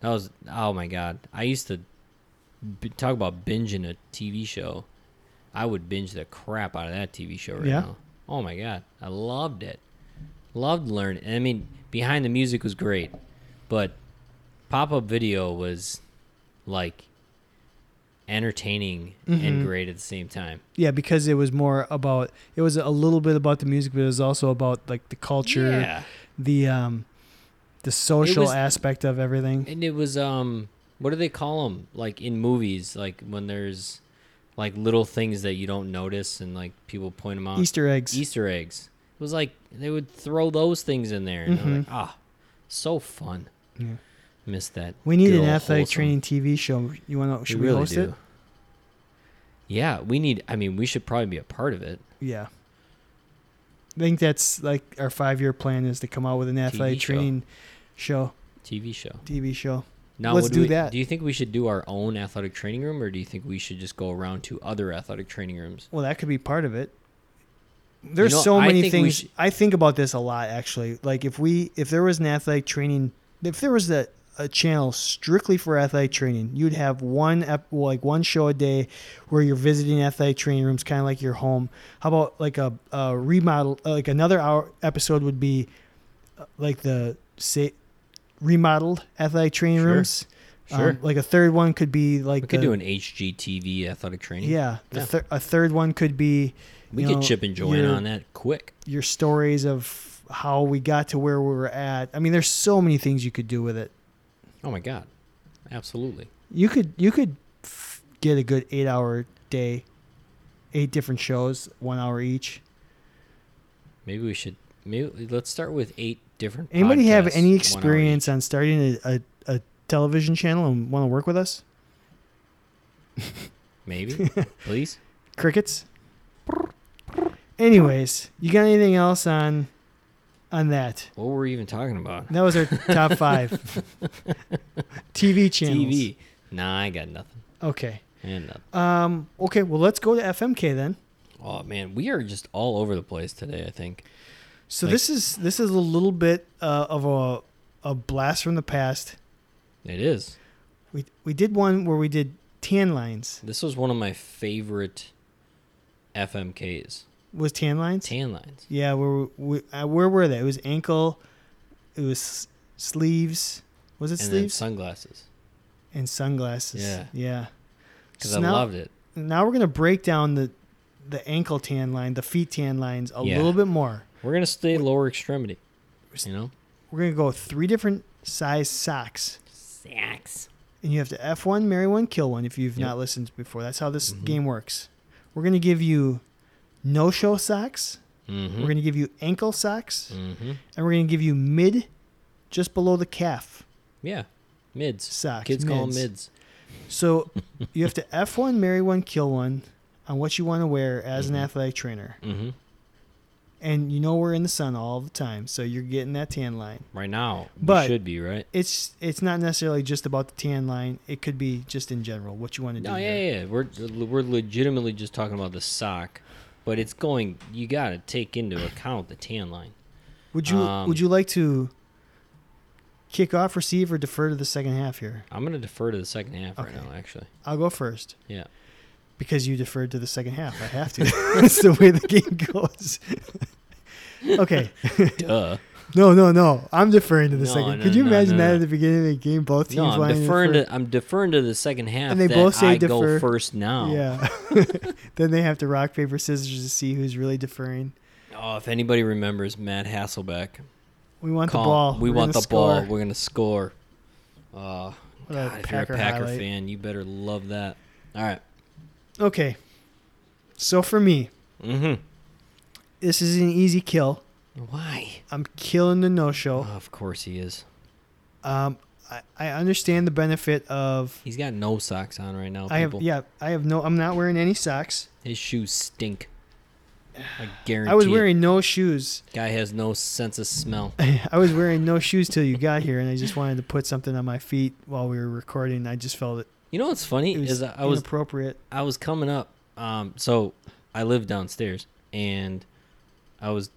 [SPEAKER 2] that was oh my god i used to b- talk about binging a tv show i would binge the crap out of that tv show right
[SPEAKER 1] Yeah.
[SPEAKER 2] now oh my god i loved it loved learning i mean behind the music was great but pop-up video was like entertaining
[SPEAKER 1] Mm-hmm.
[SPEAKER 2] and great at the same time
[SPEAKER 1] Yeah, because it was more about it was a little bit about the music, but it was also about like the culture,
[SPEAKER 2] yeah
[SPEAKER 1] the um, the social
[SPEAKER 2] was-
[SPEAKER 1] aspect of everything.
[SPEAKER 2] And it was um, what do they call them? Like in movies, like when there's like little things that you don't notice, and like people point them out.
[SPEAKER 1] Easter eggs.
[SPEAKER 2] Easter eggs. It was like they would throw those things in there, and I'm like, ah, so fun.
[SPEAKER 1] Mm-hmm. Yeah.
[SPEAKER 2] Miss that.
[SPEAKER 1] we need
[SPEAKER 2] good
[SPEAKER 1] an
[SPEAKER 2] old
[SPEAKER 1] athletic
[SPEAKER 2] wholesome.
[SPEAKER 1] training TV show. You want to? Should we,
[SPEAKER 2] really
[SPEAKER 1] host
[SPEAKER 2] do.
[SPEAKER 1] it?
[SPEAKER 2] Yeah, we need. I mean, we should probably be a part of it.
[SPEAKER 1] Yeah. I think that's like our five year plan is to come out with an athletic
[SPEAKER 2] show.
[SPEAKER 1] training show,
[SPEAKER 2] TV show.
[SPEAKER 1] TV show.
[SPEAKER 2] Now,
[SPEAKER 1] Let's
[SPEAKER 2] would
[SPEAKER 1] do
[SPEAKER 2] we-
[SPEAKER 1] that.
[SPEAKER 2] Do you think we should do our own athletic training room, or do you think we should just go around to other athletic training rooms?
[SPEAKER 1] Well, that could be part of it. There's
[SPEAKER 2] You know,
[SPEAKER 1] so
[SPEAKER 2] I
[SPEAKER 1] many
[SPEAKER 2] think we
[SPEAKER 1] things.
[SPEAKER 2] should-
[SPEAKER 1] I think about this a lot actually. Like if we if there was an athletic training if there was a, a channel strictly for athletic training, you'd have one ep- well, like one show a day where you're visiting athletic training rooms kind of like your home. How about like a, a remodel uh, like another hour episode would be uh, like the say remodeled athletic training
[SPEAKER 2] Sure.
[SPEAKER 1] rooms.
[SPEAKER 2] Sure.
[SPEAKER 1] Um, like a third one could be like
[SPEAKER 2] We could
[SPEAKER 1] the-
[SPEAKER 2] do an HGTV athletic training.
[SPEAKER 1] yeah, the
[SPEAKER 2] Yeah.
[SPEAKER 1] Thir- a third one could be
[SPEAKER 2] We
[SPEAKER 1] you
[SPEAKER 2] could
[SPEAKER 1] know,
[SPEAKER 2] chip and join
[SPEAKER 1] your-
[SPEAKER 2] on that quick.
[SPEAKER 1] your stories of how we got to where we were at. I mean, there's so many things you could do with it.
[SPEAKER 2] Oh my god. Absolutely.
[SPEAKER 1] You could you could f- get a good eight hour day, eight different shows, one hour each.
[SPEAKER 2] Maybe we should maybe let's start with eight different
[SPEAKER 1] Anybody have
[SPEAKER 2] podcasts,
[SPEAKER 1] any
[SPEAKER 2] one hour
[SPEAKER 1] experience on starting a, a, a television channel and want to work with us?
[SPEAKER 2] each. Maybe. Please.
[SPEAKER 1] Crickets. Anyways, you got anything else on on that?
[SPEAKER 2] What were we even talking about?
[SPEAKER 1] That was our top five TV channels.
[SPEAKER 2] TV. Nah, I got nothing.
[SPEAKER 1] Okay.
[SPEAKER 2] And nothing.
[SPEAKER 1] Um, okay. Well, let's go to FMK then.
[SPEAKER 2] Oh man, we are just all over the place today, I think.
[SPEAKER 1] So
[SPEAKER 2] Like-
[SPEAKER 1] this is this is a little bit uh, of a a blast from the past.
[SPEAKER 2] It is.
[SPEAKER 1] We we did one where we did tan lines.
[SPEAKER 2] This was one of my favorite FMKs.
[SPEAKER 1] Was tan lines?
[SPEAKER 2] Tan lines.
[SPEAKER 1] Yeah. Where we, we, uh, where were they? It was ankle. It was s- sleeves. Was it
[SPEAKER 2] and then
[SPEAKER 1] sleeves?
[SPEAKER 2] sunglasses.
[SPEAKER 1] and sunglasses.
[SPEAKER 2] Yeah.
[SPEAKER 1] Yeah.
[SPEAKER 2] Because
[SPEAKER 1] So
[SPEAKER 2] I
[SPEAKER 1] now,
[SPEAKER 2] loved it.
[SPEAKER 1] Now we're gonna break down the the ankle tan line, the feet tan lines a
[SPEAKER 2] Yeah.
[SPEAKER 1] little bit more.
[SPEAKER 2] We're gonna stay lower extremity.
[SPEAKER 1] We're-
[SPEAKER 2] You know?
[SPEAKER 1] We're gonna go three different size socks.
[SPEAKER 2] Sacks.
[SPEAKER 1] and you have to F one, marry one, kill one. If you've
[SPEAKER 2] Yep.
[SPEAKER 1] not listened before, that's how this
[SPEAKER 2] Mhm.
[SPEAKER 1] game works. We're gonna give you no-show socks.
[SPEAKER 2] Mm-hmm.
[SPEAKER 1] We're gonna give you ankle socks,
[SPEAKER 2] Mm-hmm.
[SPEAKER 1] and we're gonna give you mid, just below the calf
[SPEAKER 2] Yeah, mids.
[SPEAKER 1] socks.
[SPEAKER 2] Kids call 'em mids.
[SPEAKER 1] So you have to F one, marry one, kill one on what you want to wear as
[SPEAKER 2] Mhm.
[SPEAKER 1] an athletic trainer.
[SPEAKER 2] Mm-hmm.
[SPEAKER 1] and you know we're in the sun all the time, so you're getting that tan line.
[SPEAKER 2] Right now, we
[SPEAKER 1] But-
[SPEAKER 2] should be right.
[SPEAKER 1] It's it's not necessarily just about the tan line. It could be just in general what you want to do.
[SPEAKER 2] No, Oh, yeah,
[SPEAKER 1] here.
[SPEAKER 2] yeah, yeah. We're we're legitimately just talking about the sock, but it's going. You got to take into account the tan line.
[SPEAKER 1] Would you
[SPEAKER 2] Um,
[SPEAKER 1] would you like to kick off, receive, or defer to the second half here?
[SPEAKER 2] I'm gonna defer to the second half right
[SPEAKER 1] Okay.
[SPEAKER 2] now. Actually,
[SPEAKER 1] I'll go first
[SPEAKER 2] yeah.
[SPEAKER 1] because you deferred to the second half. I have to. That's the way the game goes. okay.
[SPEAKER 2] Duh.
[SPEAKER 1] No, no, no. I'm deferring to the
[SPEAKER 2] No,
[SPEAKER 1] second.
[SPEAKER 2] no,
[SPEAKER 1] Could you
[SPEAKER 2] no,
[SPEAKER 1] imagine
[SPEAKER 2] no,
[SPEAKER 1] that
[SPEAKER 2] no.
[SPEAKER 1] at the beginning of the game? Both teams
[SPEAKER 2] No, I'm
[SPEAKER 1] wanting
[SPEAKER 2] deferring
[SPEAKER 1] defer?
[SPEAKER 2] to I'm deferring to the second half.
[SPEAKER 1] And they
[SPEAKER 2] that
[SPEAKER 1] both say
[SPEAKER 2] I
[SPEAKER 1] defer.
[SPEAKER 2] go first now.
[SPEAKER 1] Yeah. then they have to rock paper scissors to see who's really deferring.
[SPEAKER 2] Oh, if anybody remembers Matt Hasselbeck,
[SPEAKER 1] We want
[SPEAKER 2] call-
[SPEAKER 1] the ball.
[SPEAKER 2] We
[SPEAKER 1] We're
[SPEAKER 2] want the
[SPEAKER 1] gonna
[SPEAKER 2] ball.
[SPEAKER 1] score.
[SPEAKER 2] We're gonna score. Uh,
[SPEAKER 1] What a
[SPEAKER 2] God, if you're a
[SPEAKER 1] Packer
[SPEAKER 2] Packer
[SPEAKER 1] highlight.
[SPEAKER 2] fan, you better love that. All right.
[SPEAKER 1] Okay. So for me,
[SPEAKER 2] Mm-hmm.
[SPEAKER 1] this is an easy kill.
[SPEAKER 2] Why?
[SPEAKER 1] I'm killing the no-show.
[SPEAKER 2] Oh, of course he is.
[SPEAKER 1] Um, I, I understand the benefit of.
[SPEAKER 2] He's got no socks on right now. People.
[SPEAKER 1] I have yeah. I have no. I'm not wearing any socks.
[SPEAKER 2] His shoes stink. I guarantee.
[SPEAKER 1] I was
[SPEAKER 2] it.
[SPEAKER 1] wearing no shoes.
[SPEAKER 2] Guy has no sense of smell.
[SPEAKER 1] I was wearing no shoes till you got here, and I just wanted to put something on my feet while we were recording. I just felt it,
[SPEAKER 2] You know what's funny
[SPEAKER 1] it was,
[SPEAKER 2] is I I was
[SPEAKER 1] inappropriate.
[SPEAKER 2] I was coming up. Um, so I live downstairs, and I was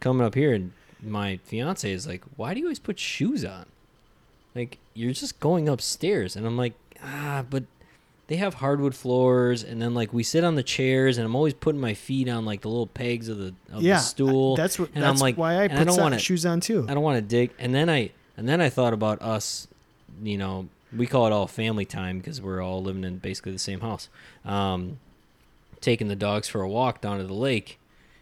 [SPEAKER 2] coming up here, and my fiance is like, "Why do you always put shoes on? Like you're just going upstairs." And I'm like, "Ah, but they have hardwood floors, and then like we sit on the chairs, and I'm always putting my feet on like the little pegs of the of
[SPEAKER 1] yeah,
[SPEAKER 2] the stool.
[SPEAKER 1] That's what.
[SPEAKER 2] and
[SPEAKER 1] that's
[SPEAKER 2] I'm like,
[SPEAKER 1] why I
[SPEAKER 2] and
[SPEAKER 1] put
[SPEAKER 2] I don't
[SPEAKER 1] so-
[SPEAKER 2] want to
[SPEAKER 1] shoes on too.
[SPEAKER 2] I don't want to dig. And then I and then I thought about us. You know, we call it all family time because we're all living in basically the same house. Um, taking the dogs for a walk down to the lake,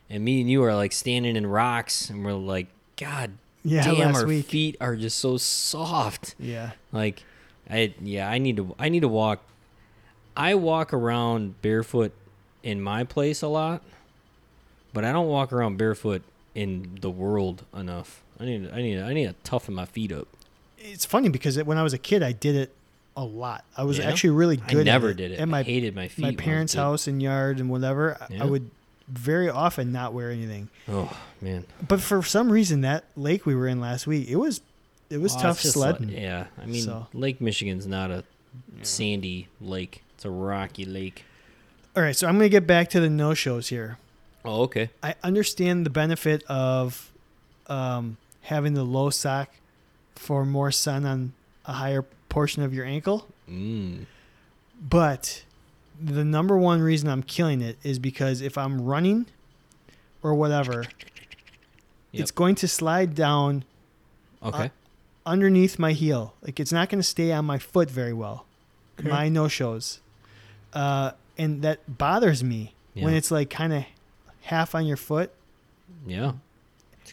[SPEAKER 2] and me and you are like standing in rocks, and we're like, God
[SPEAKER 1] Yeah,
[SPEAKER 2] damn,
[SPEAKER 1] last
[SPEAKER 2] our
[SPEAKER 1] week.
[SPEAKER 2] feet are just so soft.
[SPEAKER 1] Yeah,
[SPEAKER 2] Like, I yeah, I need to I need to walk. I walk around barefoot in my place a lot, but I don't walk around barefoot in the world enough. I need I need I need to toughen my feet up.
[SPEAKER 1] it's funny because it, when I was a kid, I did it a lot. I was
[SPEAKER 2] Yeah.
[SPEAKER 1] actually really good.
[SPEAKER 2] I
[SPEAKER 1] at
[SPEAKER 2] never did it.
[SPEAKER 1] At
[SPEAKER 2] I
[SPEAKER 1] my
[SPEAKER 2] hated my feet.
[SPEAKER 1] my
[SPEAKER 2] when I was a
[SPEAKER 1] parents'
[SPEAKER 2] kid.
[SPEAKER 1] house and yard and whatever, I-
[SPEAKER 2] Yeah.
[SPEAKER 1] I would very often not wear anything.
[SPEAKER 2] Oh man,
[SPEAKER 1] But for some reason, that lake we were in last week, it was it was
[SPEAKER 2] Oh, it's
[SPEAKER 1] tough
[SPEAKER 2] just like-
[SPEAKER 1] sledding.
[SPEAKER 2] yeah, I mean,
[SPEAKER 1] So.
[SPEAKER 2] Lake Michigan's not a sandy lake. It's a rocky lake.
[SPEAKER 1] All right, so I'm going to get back to the no shows here.
[SPEAKER 2] Oh okay.
[SPEAKER 1] I understand the benefit of um, having the low sock for more sun on a higher portion of your ankle,
[SPEAKER 2] Mm.
[SPEAKER 1] but the number one reason I'm killing it is because if I'm running or whatever,
[SPEAKER 2] Yep.
[SPEAKER 1] it's going to slide down Uh,
[SPEAKER 2] Okay.
[SPEAKER 1] underneath my heel. Like it's not going to stay on my foot very well. My no shows, uh, and that bothers me when
[SPEAKER 2] Yeah.
[SPEAKER 1] it's like kind of half on your foot.
[SPEAKER 2] yeah.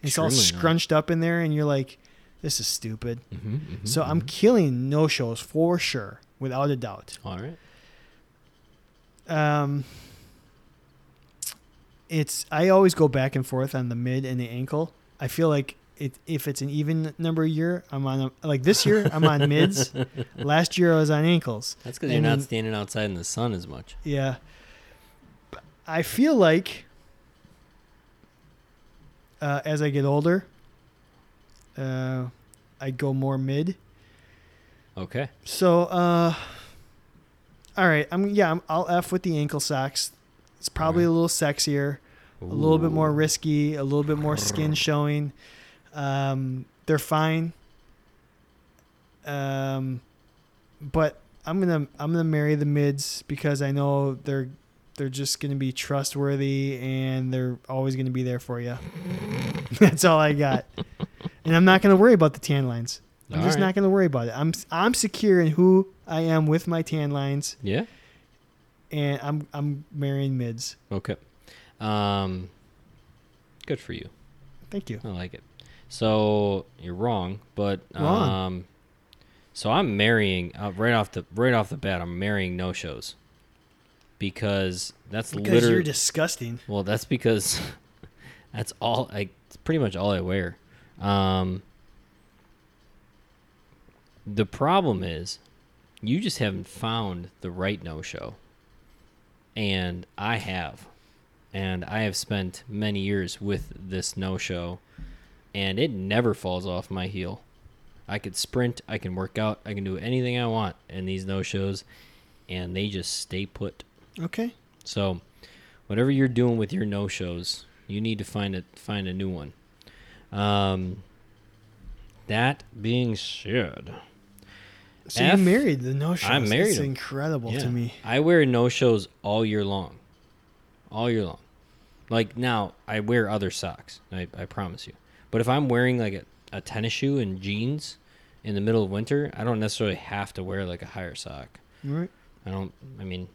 [SPEAKER 1] It's all scrunched up in there, and you're like, "This is stupid."
[SPEAKER 2] Mm-hmm,
[SPEAKER 1] So I'm killing no shows for sure, without a doubt.
[SPEAKER 2] all right.
[SPEAKER 1] Um, it's I always go back and forth on the mid and the ankle. I feel like it if it's an even number year, I'm on a, like this year I'm on mids. Last year I was on ankles.
[SPEAKER 2] That's because
[SPEAKER 1] And
[SPEAKER 2] you're not
[SPEAKER 1] then-
[SPEAKER 2] standing outside in the sun as much.
[SPEAKER 1] Yeah. But I feel like uh, as I get older, uh, I go more mid.
[SPEAKER 2] Okay.
[SPEAKER 1] So, uh, all right. I'm yeah. I'm, I'll f with the ankle socks. It's probably a little sexier, a little bit more risky, a little bit more skin showing. Um, they're fine. Um, but I'm gonna I'm gonna marry the mids because I know they're they're just gonna be trustworthy and they're always gonna be there for you. That's all I got, and I'm not gonna worry about the tan lines. I'm
[SPEAKER 2] All
[SPEAKER 1] just
[SPEAKER 2] right.
[SPEAKER 1] not gonna worry about it. I'm I'm secure in who I am with my tan lines,
[SPEAKER 2] Yeah.
[SPEAKER 1] and I'm I'm marrying mids.
[SPEAKER 2] Okay. Um, good for you.
[SPEAKER 1] Thank you.
[SPEAKER 2] I like it. So you're wrong, but um,
[SPEAKER 1] Wrong.
[SPEAKER 2] so I'm marrying uh, right off the right off the bat. I'm marrying no shows because that's
[SPEAKER 1] Because you're
[SPEAKER 2] literally
[SPEAKER 1] disgusting.
[SPEAKER 2] well. That's because that's all. I it's pretty much all I wear. Um, the problem is, you just haven't found the right no show, and I have, and I have spent many years with this no show, and it never falls off my heel. I could sprint, I can work out, I can do anything I want in these no shows, and they just stay put.
[SPEAKER 1] Okay.
[SPEAKER 2] So, whatever you're doing with your no shows, you need to find a find a new one. Um, that being said,
[SPEAKER 1] So
[SPEAKER 2] F-
[SPEAKER 1] you married the no show.
[SPEAKER 2] I'm married
[SPEAKER 1] It's
[SPEAKER 2] him.
[SPEAKER 1] incredible
[SPEAKER 2] yeah,
[SPEAKER 1] to me.
[SPEAKER 2] I wear no shows all year long, all year long. Like now, I wear other socks. I, I promise you. But if I'm wearing like a, a tennis shoe and jeans in the middle of winter, I don't necessarily have to wear like a higher sock.
[SPEAKER 1] All right.
[SPEAKER 2] I don't. I mean,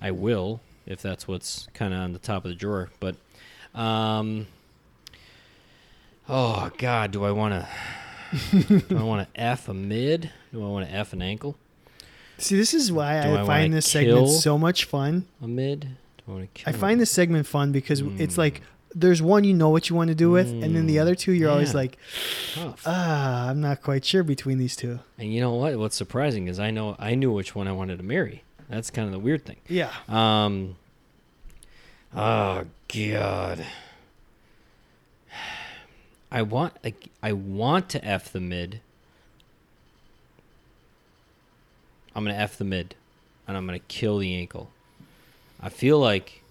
[SPEAKER 2] I will if that's what's kind of on the top of the drawer. But, um, oh God, do I want to? do I want to f a mid? Do I want to f an ankle?
[SPEAKER 1] See, this is why
[SPEAKER 2] Do I
[SPEAKER 1] I,
[SPEAKER 2] wanna
[SPEAKER 1] find this
[SPEAKER 2] kill?
[SPEAKER 1] segment so much fun.
[SPEAKER 2] A mid? Do I want to?
[SPEAKER 1] I find this segment fun because it's
[SPEAKER 2] Hmm.
[SPEAKER 1] like there's one you know what you want to do with, and then the
[SPEAKER 2] Mm,
[SPEAKER 1] other two you're always
[SPEAKER 2] yeah.
[SPEAKER 1] like,
[SPEAKER 2] tough.
[SPEAKER 1] ah, I'm not quite sure between these two.
[SPEAKER 2] and you know what? What's surprising is I know I knew which one I wanted to marry. That's kind of the weird thing.
[SPEAKER 1] Yeah.
[SPEAKER 2] Um. Oh God. I want like I want to f the mid. I'm gonna f the mid, and I'm gonna kill the ankle. I feel like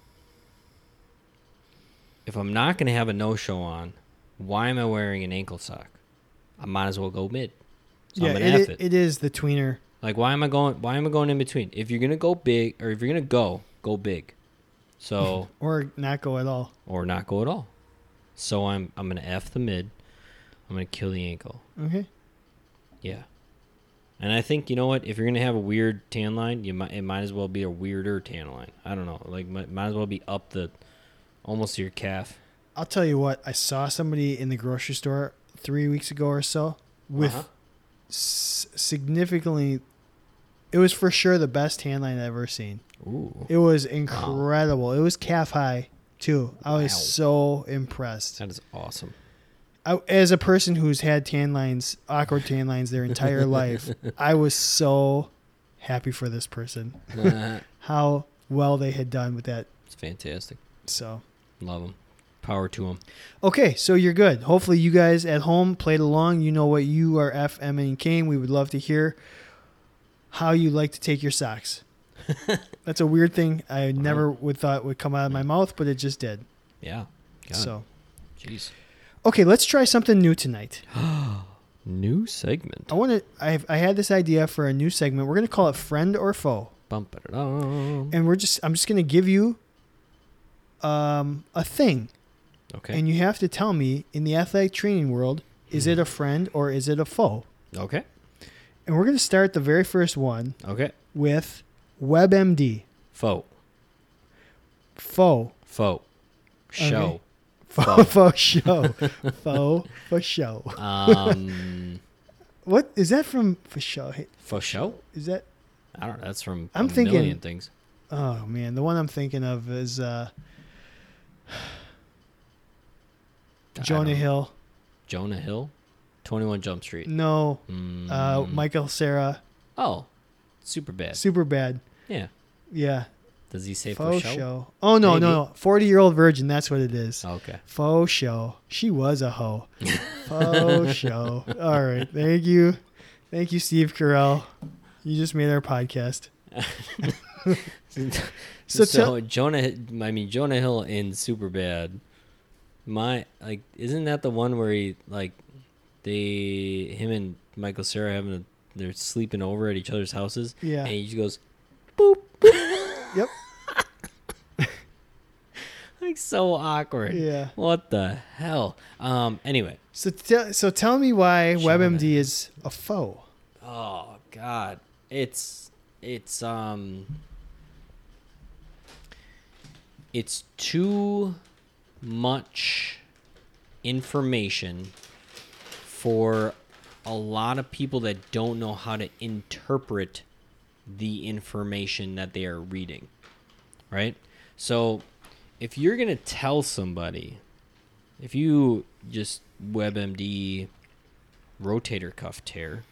[SPEAKER 2] if I'm not gonna have a no show on, why am I wearing an ankle sock? I might as well go mid. So
[SPEAKER 1] yeah.
[SPEAKER 2] I'm gonna
[SPEAKER 1] It,
[SPEAKER 2] f it.
[SPEAKER 1] it is the tweener.
[SPEAKER 2] Like why am I going why am I going in between? If you're gonna go big or if you're gonna go, go big. So
[SPEAKER 1] Or not go at all.
[SPEAKER 2] or not go at all. So I'm I'm gonna F the mid. I'm gonna kill the ankle.
[SPEAKER 1] Okay.
[SPEAKER 2] Yeah. And I think you know what? If you're gonna have a weird tan line, you might it might as well be a weirder tan line. I don't know. Like might, might as well be up the almost to your calf.
[SPEAKER 1] I'll tell you what. I saw somebody in the grocery store three weeks ago or so with
[SPEAKER 2] Uh-huh.
[SPEAKER 1] s- significantly. It was for sure the best hand line I've ever seen.
[SPEAKER 2] Ooh.
[SPEAKER 1] It was incredible. It was calf high too. I was
[SPEAKER 2] Wow.
[SPEAKER 1] so impressed.
[SPEAKER 2] That is awesome.
[SPEAKER 1] I, as a person who's had tan lines, awkward tan lines their entire life, I was so happy for this person.
[SPEAKER 2] it's
[SPEAKER 1] How well they had done with that.
[SPEAKER 2] fantastic.
[SPEAKER 1] So,
[SPEAKER 2] Love them. Power to them.
[SPEAKER 1] okay, so you're good. Hopefully, you guys at home played along. You know what you are FM and Kane. We would love to hear how you like to take your socks. That's a weird thing I never would thought would come out of my mouth, but it just did.
[SPEAKER 2] Yeah. God.
[SPEAKER 1] So,
[SPEAKER 2] Jeez.
[SPEAKER 1] okay, let's try something new tonight.
[SPEAKER 2] New segment.
[SPEAKER 1] I want to. I I had this idea for a new segment. We're gonna call it "Friend or Foe,"
[SPEAKER 2] Bum, ba-da-dum.
[SPEAKER 1] and we're just. I'm just gonna give you, um, a thing,
[SPEAKER 2] Okay.
[SPEAKER 1] and you have to tell me in the athletic training world, is it a friend or is it a foe?
[SPEAKER 2] okay.
[SPEAKER 1] And we're gonna start the very first one
[SPEAKER 2] Okay.
[SPEAKER 1] with WebMD
[SPEAKER 2] Faux.
[SPEAKER 1] foe
[SPEAKER 2] Faux. Show.
[SPEAKER 1] foe
[SPEAKER 2] Foe.
[SPEAKER 1] foe show foe for show.
[SPEAKER 2] Um,
[SPEAKER 1] What is that from for show?
[SPEAKER 2] faux show?
[SPEAKER 1] Is that?
[SPEAKER 2] I don't know. That's from
[SPEAKER 1] I'm
[SPEAKER 2] a
[SPEAKER 1] thinking-
[SPEAKER 2] million things.
[SPEAKER 1] Oh man, the one I'm thinking of is uh,
[SPEAKER 2] I
[SPEAKER 1] Jonah
[SPEAKER 2] don't-
[SPEAKER 1] Hill.
[SPEAKER 2] Jonah Hill? 21 Jump Street.
[SPEAKER 1] No,
[SPEAKER 2] Mm,
[SPEAKER 1] uh, Michael Sarah.
[SPEAKER 2] oh, super bad.
[SPEAKER 1] Super bad.
[SPEAKER 2] yeah.
[SPEAKER 1] Yeah.
[SPEAKER 2] Does he say
[SPEAKER 1] Faux
[SPEAKER 2] faux
[SPEAKER 1] show.
[SPEAKER 2] show?
[SPEAKER 1] Oh no,
[SPEAKER 2] Maybe. Oh.
[SPEAKER 1] no, no. Forty year old virgin, that's what it is.
[SPEAKER 2] Okay.
[SPEAKER 1] Faux show. She was a hoe. Faux show. All right. Thank you. Thank you, Steve Carell. You just made our podcast. So
[SPEAKER 2] So,
[SPEAKER 1] tell-
[SPEAKER 2] Jonah, I mean Jonah Hill in Super Bad. My like, isn't that the one where he like, they him and Michael Sarah having a, they're sleeping over at each other's houses.
[SPEAKER 1] Yeah.
[SPEAKER 2] and he just goes
[SPEAKER 1] Yep.
[SPEAKER 2] like so awkward.
[SPEAKER 1] Yeah.
[SPEAKER 2] What the hell? Um. Anyway.
[SPEAKER 1] So tell so tell me why E
[SPEAKER 2] Shut up.
[SPEAKER 1] WebMD is a foe.
[SPEAKER 2] Oh God. It's it's um. It's too much information for a lot of people that don't know how to interpret the information that they are reading. Right? So if you're going to tell somebody, if you just WebMD rotator cuff tear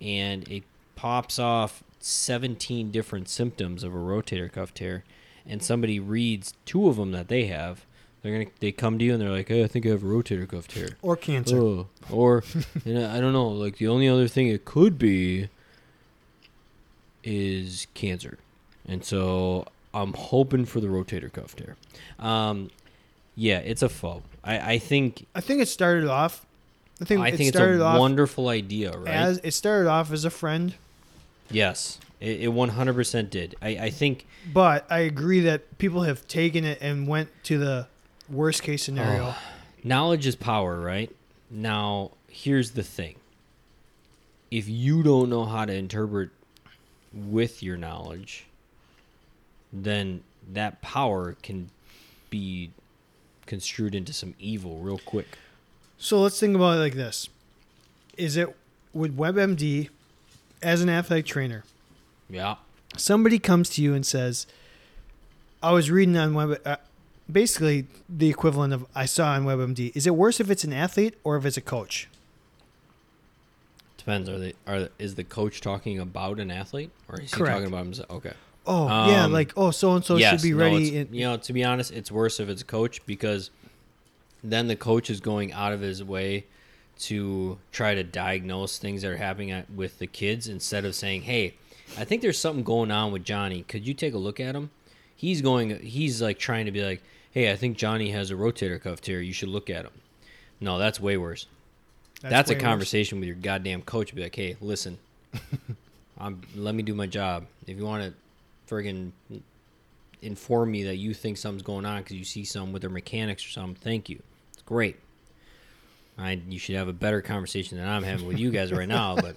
[SPEAKER 2] and it pops off 17 different symptoms of a rotator cuff tear and somebody reads two of them that they have, they're gonna they come to you and they're like, "Hey, I think I have a rotator cuff tear."
[SPEAKER 1] or cancer.
[SPEAKER 2] Oh, or you know, I don't know. Like the only other thing it could be is cancer, and so I'm hoping for the rotator cuff tear. Um, yeah, it's a foe. I, I think
[SPEAKER 1] I think it started off. I think
[SPEAKER 2] I
[SPEAKER 1] it
[SPEAKER 2] think it's
[SPEAKER 1] started
[SPEAKER 2] a
[SPEAKER 1] off
[SPEAKER 2] wonderful idea, right?
[SPEAKER 1] as it started off as a friend,
[SPEAKER 2] yes, it, it 100% did. I, I think
[SPEAKER 1] but I agree that people have taken it and went to the worst case scenario.
[SPEAKER 2] knowledge is power, right? Now, here's the thing. If you don't know how to interpret with your knowledge, then that power can be construed into some evil real quick.
[SPEAKER 1] So let's think about it like this: Is it would WebMD as an athletic trainer?
[SPEAKER 2] Yeah.
[SPEAKER 1] Somebody comes to you and says, "I was reading on Web." Uh, basically, the equivalent of "I saw on WebMD." Is it worse if it's an athlete or if it's a coach?
[SPEAKER 2] Depends. Are they are is the coach talking about an athlete or is
[SPEAKER 1] Correct.
[SPEAKER 2] he talking about himself? Okay.
[SPEAKER 1] Oh yeah,
[SPEAKER 2] Um,
[SPEAKER 1] like oh so and so
[SPEAKER 2] yes,
[SPEAKER 1] should be
[SPEAKER 2] no,
[SPEAKER 1] ready.
[SPEAKER 2] it's-
[SPEAKER 1] in-
[SPEAKER 2] you know, to be honest, it's worse if it's a coach because then the coach is going out of his way to try to diagnose things that are happening at, with the kids instead of saying, "Hey, I think there's something going on with Johnny. Could you take a look at him?" He's going. He's like trying to be like, "Hey, I think Johnny has a rotator cuff tear. You should look at him." No, that's way worse. That's,
[SPEAKER 1] way
[SPEAKER 2] a
[SPEAKER 1] worse.
[SPEAKER 2] conversation with your goddamn coach. Be like, "Hey, listen, I'm let me do my job. If you want to friggin' inform me that you think something's going on because you see something with their mechanics or something, thank you. It's great. I you should have a better conversation than I'm having with you guys right now, but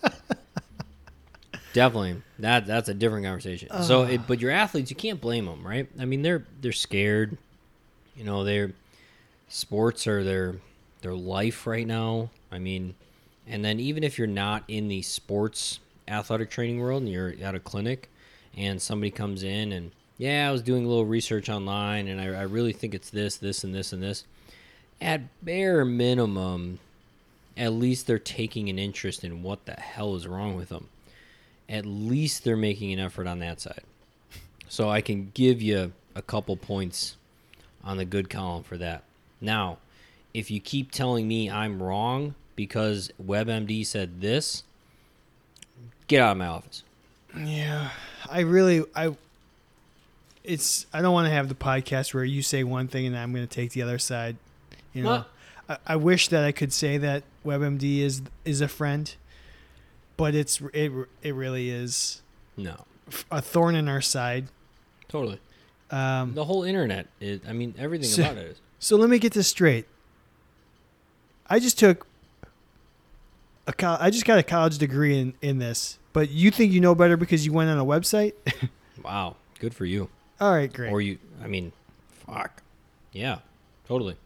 [SPEAKER 2] definitely that that's a different conversation. so, it, but your athletes, you can't blame them, right? I mean, they're they're scared. You know, they're sports are their their life right now. I mean, and then even if you're not in the sports athletic training world and you're at a clinic and somebody comes in and yeah, I was doing a little research online and I, I really think it's this, this, and this, and this. At bare minimum, at least they're taking an interest in what the hell is wrong with them. At least they're making an effort on that side. So I can give you a couple points on the good column for that. Now, if you keep telling me I'm wrong because WebMD said this, get out of my office.
[SPEAKER 1] Yeah, I really I. It's I don't want to have the podcast where you say one thing and I'm going to take the other side. You know,
[SPEAKER 2] Well-
[SPEAKER 1] I, I wish that I could say that WebMD is is a friend, but it's it it really is
[SPEAKER 2] No,
[SPEAKER 1] a thorn in our side.
[SPEAKER 2] totally.
[SPEAKER 1] Um,
[SPEAKER 2] The whole internet, is, I mean, everything
[SPEAKER 1] So-
[SPEAKER 2] about it is.
[SPEAKER 1] So let me get this straight. I just took a col- I just got a college degree in in this, but you think you know better because you went on a website?
[SPEAKER 2] Wow, good for you.
[SPEAKER 1] All right, great.
[SPEAKER 2] Or you, I mean, fuck. Yeah, totally.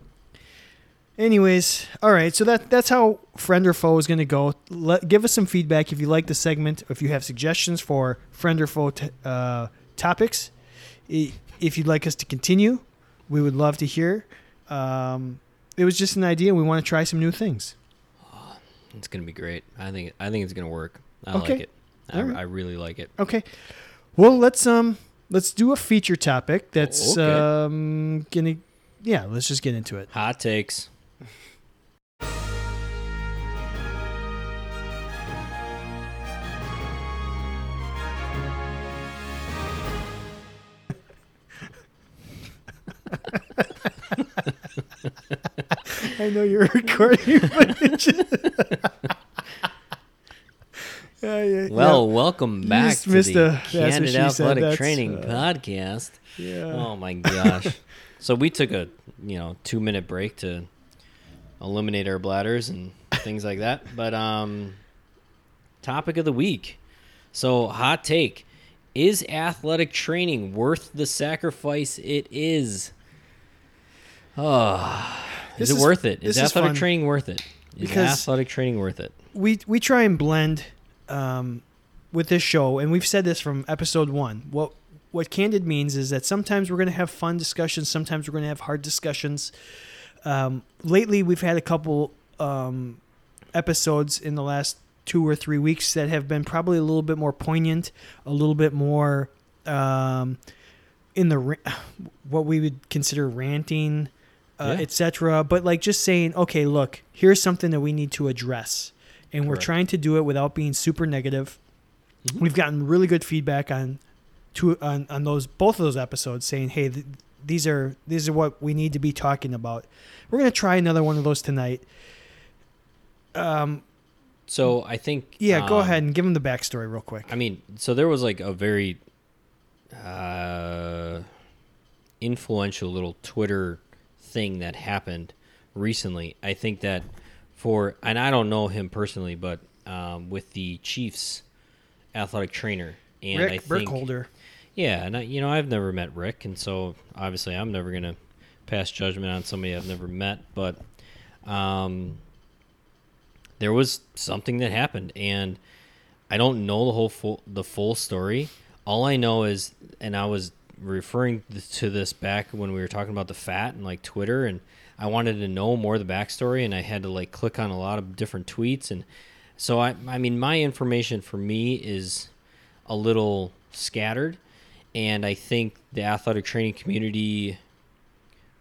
[SPEAKER 1] Anyways, all right. So that that's how friend or foe is going to go. Let, give us some feedback if you like the segment, if you have suggestions for friend or foe t- uh, topics. I- If you'd like us to continue, we would love to hear. Um, it was just an idea. We want to try some new things.
[SPEAKER 2] It's gonna be great. I think. I think it's gonna work. I
[SPEAKER 1] Okay.
[SPEAKER 2] like it. I,
[SPEAKER 1] All right.
[SPEAKER 2] I really like it.
[SPEAKER 1] Okay. Well, let's um let's do a feature topic that's
[SPEAKER 2] Okay.
[SPEAKER 1] um gonna yeah. Let's just get into it.
[SPEAKER 2] Hot takes.
[SPEAKER 1] I know you're recording, but it just. Yeah, yeah,
[SPEAKER 2] Well, welcome back
[SPEAKER 1] just
[SPEAKER 2] to
[SPEAKER 1] missed
[SPEAKER 2] the
[SPEAKER 1] a- that's what she
[SPEAKER 2] Candid
[SPEAKER 1] said,
[SPEAKER 2] Athletic
[SPEAKER 1] that's,
[SPEAKER 2] Training
[SPEAKER 1] uh,
[SPEAKER 2] Podcast.
[SPEAKER 1] yeah.
[SPEAKER 2] Oh my gosh! so we took a you know two minute break to eliminate our bladders and things like that. But um, topic of the week. So hot take: Is athletic training worth the sacrifice it is? Oh,
[SPEAKER 1] This
[SPEAKER 2] is it
[SPEAKER 1] is-
[SPEAKER 2] worth it?
[SPEAKER 1] this
[SPEAKER 2] Is
[SPEAKER 1] is
[SPEAKER 2] athletic
[SPEAKER 1] fun.
[SPEAKER 2] training worth it? Is
[SPEAKER 1] Because-
[SPEAKER 2] athletic training worth it?
[SPEAKER 1] we we try and blend um, with this show, and we've said this from episode one. What what candid means is that sometimes we're going to have fun discussions, sometimes we're going to have hard discussions. Um, lately, we've had a couple um, episodes in the last two or three weeks that have been probably a little bit more poignant, a little bit more um, in the ra- what we would consider ranting, uh,
[SPEAKER 2] Yeah.
[SPEAKER 1] etc. But like just saying, okay, look, here's something that we need to address, and we're
[SPEAKER 2] Correct.
[SPEAKER 1] trying to do it without being super negative.
[SPEAKER 2] Mhm.
[SPEAKER 1] We've gotten really good feedback on two on, on those both of those episodes saying, hey, th- these are these are what we need to be talking about. We're gonna try another one of those tonight. Um,
[SPEAKER 2] So I think
[SPEAKER 1] yeah, go
[SPEAKER 2] um,
[SPEAKER 1] ahead and give them the backstory real quick.
[SPEAKER 2] I mean, so there was like a very uh, influential little Twitter thing that happened recently. I think that for, and I don't know him personally, but um, with the Chiefs athletic trainer. And I
[SPEAKER 1] Rick
[SPEAKER 2] think,
[SPEAKER 1] Burkholder.
[SPEAKER 2] yeah, and I, you know, I've never met Rick, and so obviously I'm never gonna pass judgment on somebody I've never met. But um, there was something that happened, and I don't know the whole full, the full story. All I know is, and I was referring th- to this back when we were talking about the fat and like Twitter, and I wanted to know more of the backstory, and I had to like click on a lot of different tweets, and so I, I mean, my information for me is a little scattered, and I think the athletic training community,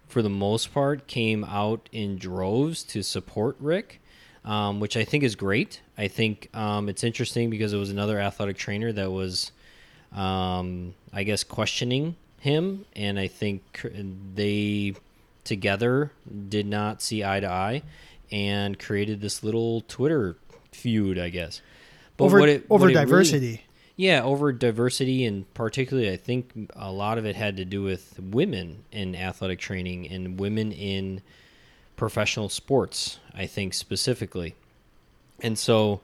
[SPEAKER 2] for the most part, came out in droves to support Rick, um, which I think is great. I think um, it's interesting because it was another athletic trainer that was, um, I guess, questioning him, and I think cr- they together did not see eye to eye, and created this little Twitter feud, I guess. But
[SPEAKER 1] over
[SPEAKER 2] what it-
[SPEAKER 1] over
[SPEAKER 2] what it really-
[SPEAKER 1] diversity.
[SPEAKER 2] yeah, over diversity, and particularly, I think a lot of it had to do with women in athletic training and women in professional sports, I think specifically. And so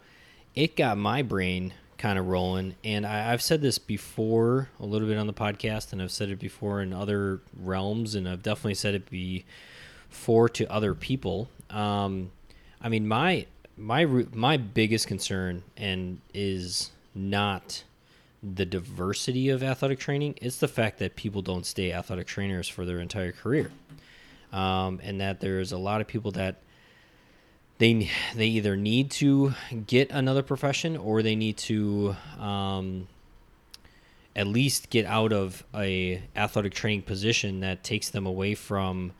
[SPEAKER 2] it got my brain kind of rolling. And I, I've said this before a little bit on the podcast, and I've said it before in other realms, and I've definitely said it before to other people. Um, I mean, my my ru- my biggest concern and is not the diversity of athletic training; it's the fact that people don't stay athletic trainers for their entire career, um, and that there's a lot of people that they they either need to get another profession or they need to um, at least get out of a athletic training position that takes them away from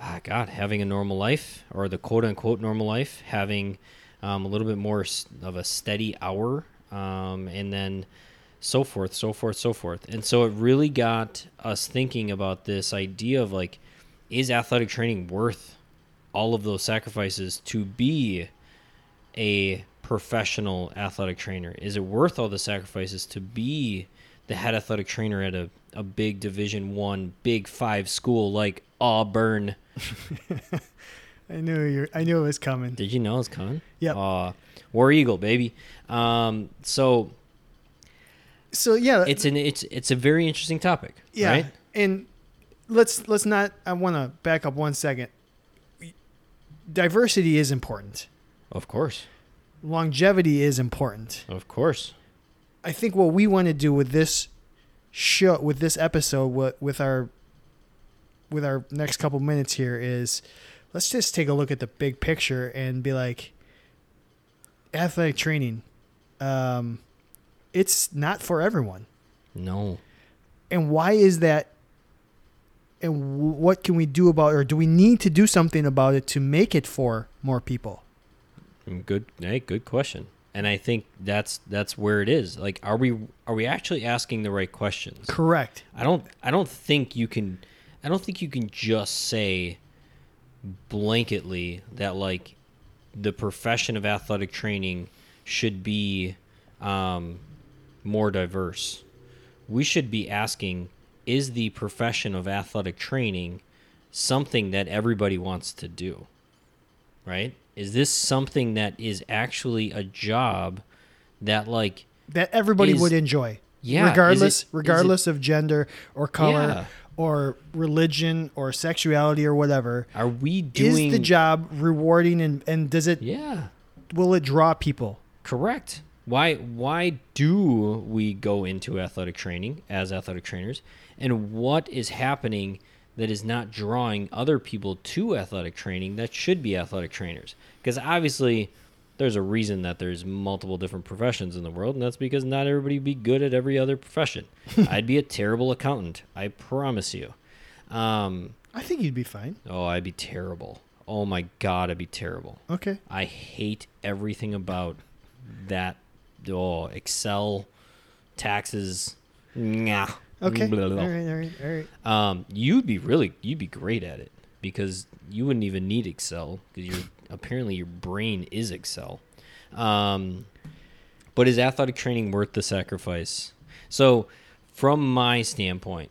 [SPEAKER 2] ah, God having a normal life or the quote unquote normal life, having um, a little bit more s- of a steady hour, um, and then so forth, so forth, so forth. And so it really got us thinking about this idea of like, is athletic training worth all of those sacrifices to be a professional athletic trainer? Is it worth all the sacrifices to be the head athletic trainer at a, a big division one, big five school like Auburn?
[SPEAKER 1] I knew you. I knew it was coming.
[SPEAKER 2] Did you know it's coming?
[SPEAKER 1] Yep.
[SPEAKER 2] Uh, War Eagle, baby. Um, so
[SPEAKER 1] So yeah,
[SPEAKER 2] it's an it's it's a very interesting topic.
[SPEAKER 1] yeah,
[SPEAKER 2] Right?
[SPEAKER 1] and let's let's not. I want to back up one second. Diversity is important.
[SPEAKER 2] Of course.
[SPEAKER 1] Longevity is important.
[SPEAKER 2] Of course.
[SPEAKER 1] I think what we want to do with this show, with this episode, what with our with our next couple minutes here is, let's just take a look at the big picture and be like, athletic training, um, it's not for everyone.
[SPEAKER 2] No.
[SPEAKER 1] and why is that and w- what can we do about or do we need to do something about it to make it for more people
[SPEAKER 2] Mm, Good. Hey, good question. And I think that's that's where it is. Like, are we are we actually asking the right questions?
[SPEAKER 1] correct
[SPEAKER 2] I don't I don't think you can I don't think you can just say blanketly that like the profession of athletic training should be um, more diverse. We should be asking is the profession of athletic training something that everybody wants to do? Right? Is this something that is actually a job that like
[SPEAKER 1] that everybody
[SPEAKER 2] Is-
[SPEAKER 1] would enjoy
[SPEAKER 2] Yeah, is it-
[SPEAKER 1] regardless
[SPEAKER 2] is it-
[SPEAKER 1] regardless of gender or color
[SPEAKER 2] Yeah.
[SPEAKER 1] or religion or sexuality or whatever
[SPEAKER 2] are we doing
[SPEAKER 1] is the job rewarding and and does it
[SPEAKER 2] Yeah.
[SPEAKER 1] will it draw people
[SPEAKER 2] Correct. Why why do we go into athletic training as athletic trainers? And what is happening that is not drawing other people to athletic training that should be athletic trainers? Because obviously there's a reason that there's multiple different professions in the world, and that's because not everybody would be good at every other profession. I'd be a terrible accountant. I promise you. Um,
[SPEAKER 1] I think you'd be fine.
[SPEAKER 2] oh, I'd be terrible. Oh my God, I'd be terrible.
[SPEAKER 1] Okay.
[SPEAKER 2] I hate everything about that. Oh, Excel, taxes. Nah.
[SPEAKER 1] Okay.
[SPEAKER 2] Blah, blah, blah.
[SPEAKER 1] All right. All right. All right.
[SPEAKER 2] Um, you'd be really, you'd be great at it because you wouldn't even need Excel because you're apparently your brain is Excel. Um, but is athletic training worth the sacrifice? So, from my standpoint,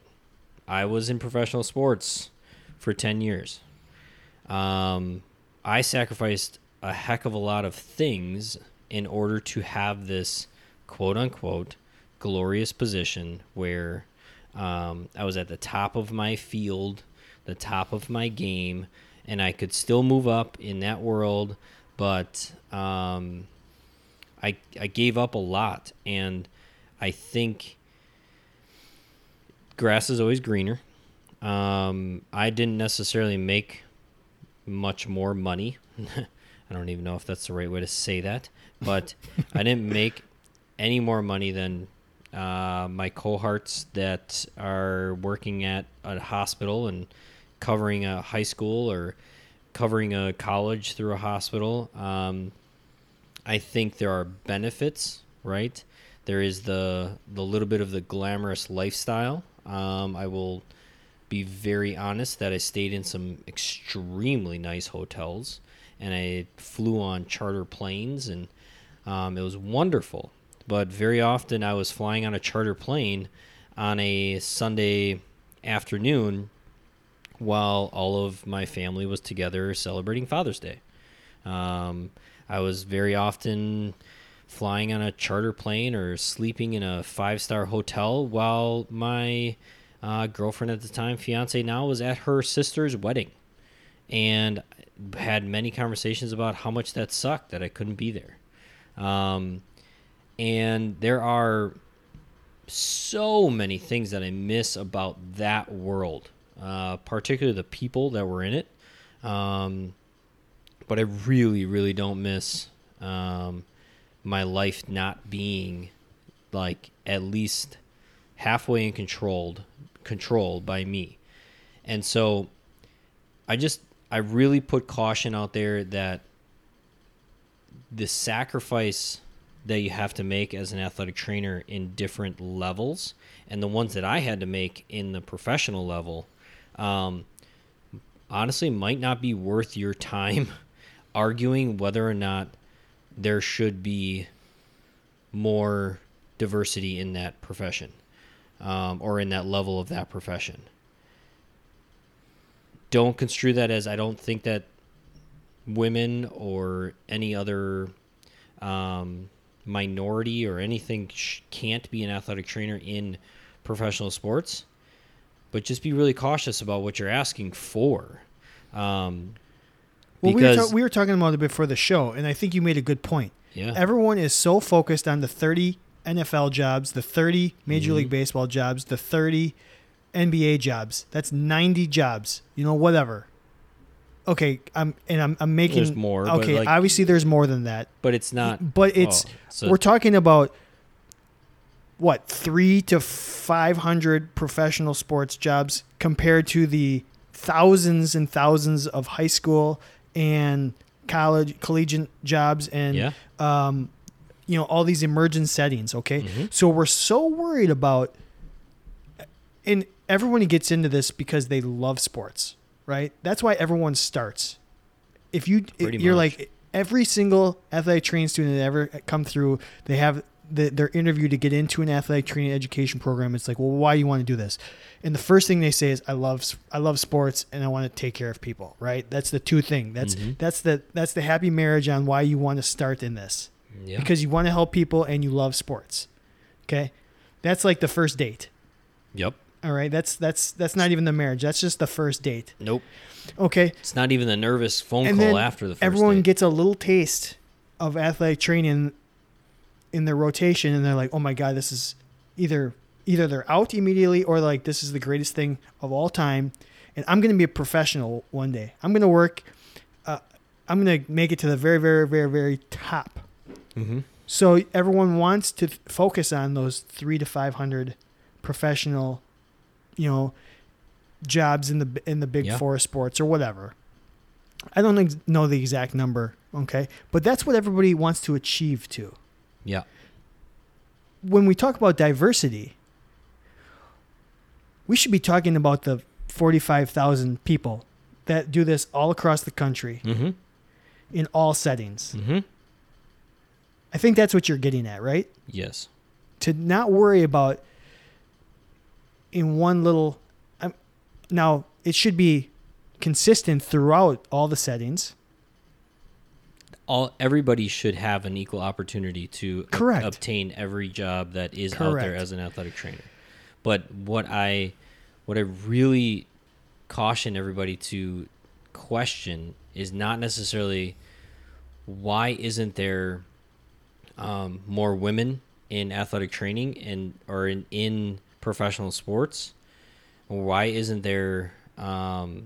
[SPEAKER 2] I was in professional sports for ten years. Um, I sacrificed a heck of a lot of things in order to have this quote unquote glorious position where um, I was at the top of my field, the top of my game, and I could still move up in that world, but um, I, I gave up a lot. And I think grass is always greener. Um, I didn't necessarily make much more money. I don't even know if that's the right way to say that, but I didn't make any more money than uh, my cohorts that are working at a hospital and covering a high school or covering a college through a hospital. Um, I think there are benefits, right? There is the the little bit of the glamorous lifestyle. Um, I will be very honest that I stayed in some extremely nice hotels and I flew on charter planes and um, it was wonderful. But very often I was flying on a charter plane on a Sunday afternoon while all of my family was together celebrating Father's Day. Um, I was very often flying on a charter plane or sleeping in a five star hotel while my uh, girlfriend at the time, fiance now, was at her sister's wedding and had many conversations about how much that sucked that I couldn't be there. Um, and there are so many things that I miss about that world, uh, particularly the people that were in it. Um, but I really, really don't miss um, my life not being like at least halfway in controlled controlled by me. And so I just I really put caution out there that the sacrifice that you have to make as an athletic trainer in different levels and the ones that I had to make in the professional level um, honestly might not be worth your time arguing whether or not there should be more diversity in that profession um, or in that level of that profession. Don't construe that as I don't think that women or any other um, minority or anything sh- can't be an athletic trainer in professional sports, but just be really cautious about what you're asking for. Um,
[SPEAKER 1] Well, we were,
[SPEAKER 2] because
[SPEAKER 1] ta- we were talking about it before the show, and I think you made a good point.
[SPEAKER 2] yeah,
[SPEAKER 1] Everyone is so focused on the 30 NFL jobs, the 30 Major
[SPEAKER 2] Mm-hmm.
[SPEAKER 1] League Baseball jobs, the 30 NBA jobs. That's 90 jobs. You know, whatever. Okay, I'm and I'm, I'm making
[SPEAKER 2] There's more, but,
[SPEAKER 1] Okay,
[SPEAKER 2] like-
[SPEAKER 1] obviously there's more than that,
[SPEAKER 2] but it's not.
[SPEAKER 1] but it's
[SPEAKER 2] oh, so-
[SPEAKER 1] we're talking about what three to five hundred professional sports jobs compared to the thousands and thousands of high school and college collegiate jobs and
[SPEAKER 2] yeah.
[SPEAKER 1] um, you know all these emergent settings okay
[SPEAKER 2] Mm-hmm.
[SPEAKER 1] so we're so worried about and everyone gets into this because they love sports right that's why everyone starts if you
[SPEAKER 2] Pretty
[SPEAKER 1] you're
[SPEAKER 2] much.
[SPEAKER 1] like every single athletic training student that ever come through they have the, their interview to get into an athletic training education program it's like well why you want to do this and the first thing they say is i love s- i love sports and i want to take care of people right that's the two thing that's
[SPEAKER 2] Mm-hmm.
[SPEAKER 1] that's the that's the happy marriage on why you want to start in this
[SPEAKER 2] Yeah.
[SPEAKER 1] because you want to help people and you love sports. Okay? That's like the first date.
[SPEAKER 2] yep.
[SPEAKER 1] All right? That's that's that's not even the marriage. That's just the first date.
[SPEAKER 2] Nope.
[SPEAKER 1] Okay?
[SPEAKER 2] It's not even the nervous phone
[SPEAKER 1] And
[SPEAKER 2] call
[SPEAKER 1] then
[SPEAKER 2] after the first
[SPEAKER 1] Everyone
[SPEAKER 2] date.
[SPEAKER 1] gets a little taste of athletic training in their rotation and they're like, "Oh my god, this is either either they're out immediately or like this is the greatest thing of all time and I'm going to be a professional one day. I'm going to work uh, I'm gonna make it to the very, very, very, very top.
[SPEAKER 2] Mm-hmm.
[SPEAKER 1] So everyone wants to th- focus on those three to five hundred professional, you know, jobs in the b- in the big
[SPEAKER 2] Yeah.
[SPEAKER 1] four sports or whatever. I don't ex- know the exact number, okay, but that's what everybody wants to achieve to.
[SPEAKER 2] Yeah.
[SPEAKER 1] When we talk about diversity, we should be talking about the forty-five thousand people that do this all across the country
[SPEAKER 2] Mm-hmm.
[SPEAKER 1] in all settings.
[SPEAKER 2] Mm-hmm.
[SPEAKER 1] I think that's what you're getting at, right?
[SPEAKER 2] Yes.
[SPEAKER 1] to not worry about in one little I'm, now it should be consistent throughout all the settings
[SPEAKER 2] All everybody should have an equal opportunity to ob-
[SPEAKER 1] Correct.
[SPEAKER 2] obtain every job that is out there
[SPEAKER 1] Correct.
[SPEAKER 2] as an athletic trainer. But what I what I really caution everybody to question is not necessarily why isn't there um, more women in athletic training and or in, in professional sports? Why isn't there um,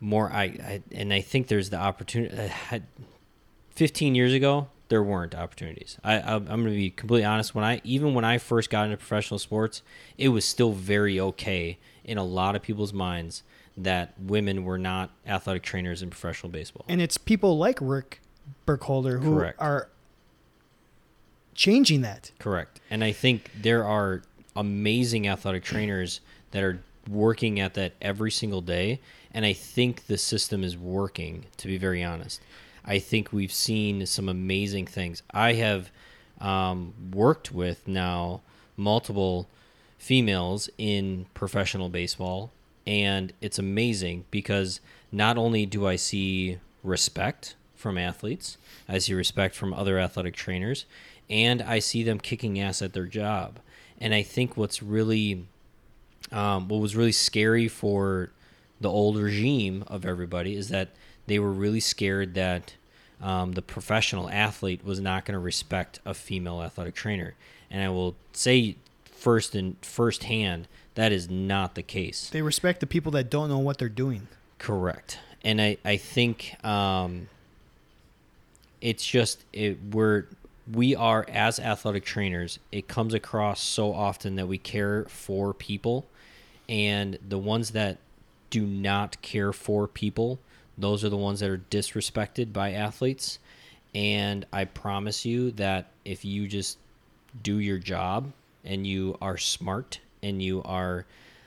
[SPEAKER 2] more? I, I and I think there's the opportunity. I had, Fifteen years ago, there weren't opportunities. I, I I'm going to be completely honest. When I even when I first got into professional sports, it was still very okay in a lot of people's minds that women were not athletic trainers in professional baseball.
[SPEAKER 1] and it's people like rick burkholder who
[SPEAKER 2] Correct.
[SPEAKER 1] are changing that
[SPEAKER 2] Correct. And I think there are amazing athletic trainers that are working at that every single day. And I think the system is working, to be very honest. I think we've seen some amazing things. I have um, worked with now multiple females in professional baseball. And it's amazing because not only do I see respect from athletes, I see respect from other athletic trainers, and I see them kicking ass at their job. And I think what's really, um, what was really scary for the old regime of everybody is that they were really scared that um, the professional athlete was not going to respect a female athletic trainer. And I will say first and firsthand, that is not the case.
[SPEAKER 1] they respect the people that don't know what they're doing
[SPEAKER 2] Correct. And I, I think um, it's just it, we're we are as athletic trainers, it comes across so often that we care for people and the ones that do not care for people, those are the ones that are disrespected by athletes. And I promise you that if you just do your job and you are smart and you are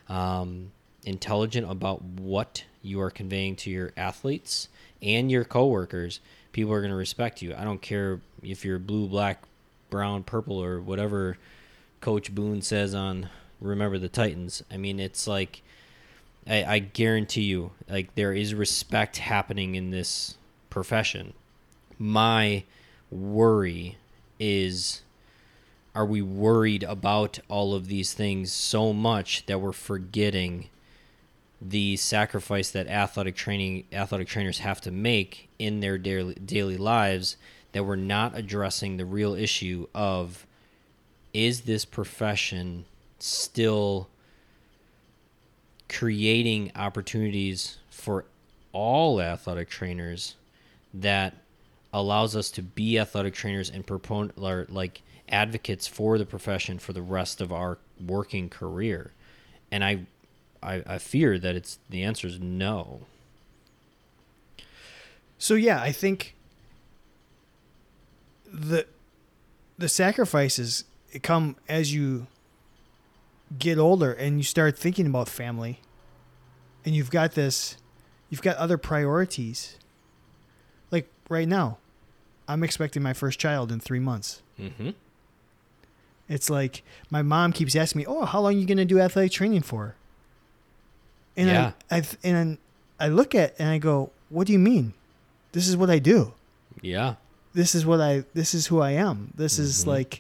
[SPEAKER 2] um, intelligent about what you are conveying to your athletes and your coworkers, people are going to respect you. I don't care if you're blue, black, brown, purple, or whatever Coach Boone says on Remember the Titans. I mean, it's like I, I guarantee you, like there is respect happening in this profession. My worry is are we worried about all of these things so much that we're forgetting the sacrifice that athletic training athletic trainers have to make in their daily daily lives that we're not addressing the real issue of is this profession still creating opportunities for all athletic trainers that allows us to be athletic trainers and proponent or like advocates for the profession for the rest of our working career and i i, I fear that it's the answer is no
[SPEAKER 1] So yeah, I think the the sacrifices come as you get older and you start thinking about family and you've got this you've got other priorities. Like right now, I'm expecting my first child in 3 months.
[SPEAKER 2] mm-hmm
[SPEAKER 1] It's like my mom keeps asking me, "Oh, how long you going to do athletic training for?" And
[SPEAKER 2] Yeah.
[SPEAKER 1] I, I th- and I look at and I go, "What do you mean? This is what I do."
[SPEAKER 2] yeah
[SPEAKER 1] this is what I this is who I am. This is
[SPEAKER 2] Mhm.
[SPEAKER 1] like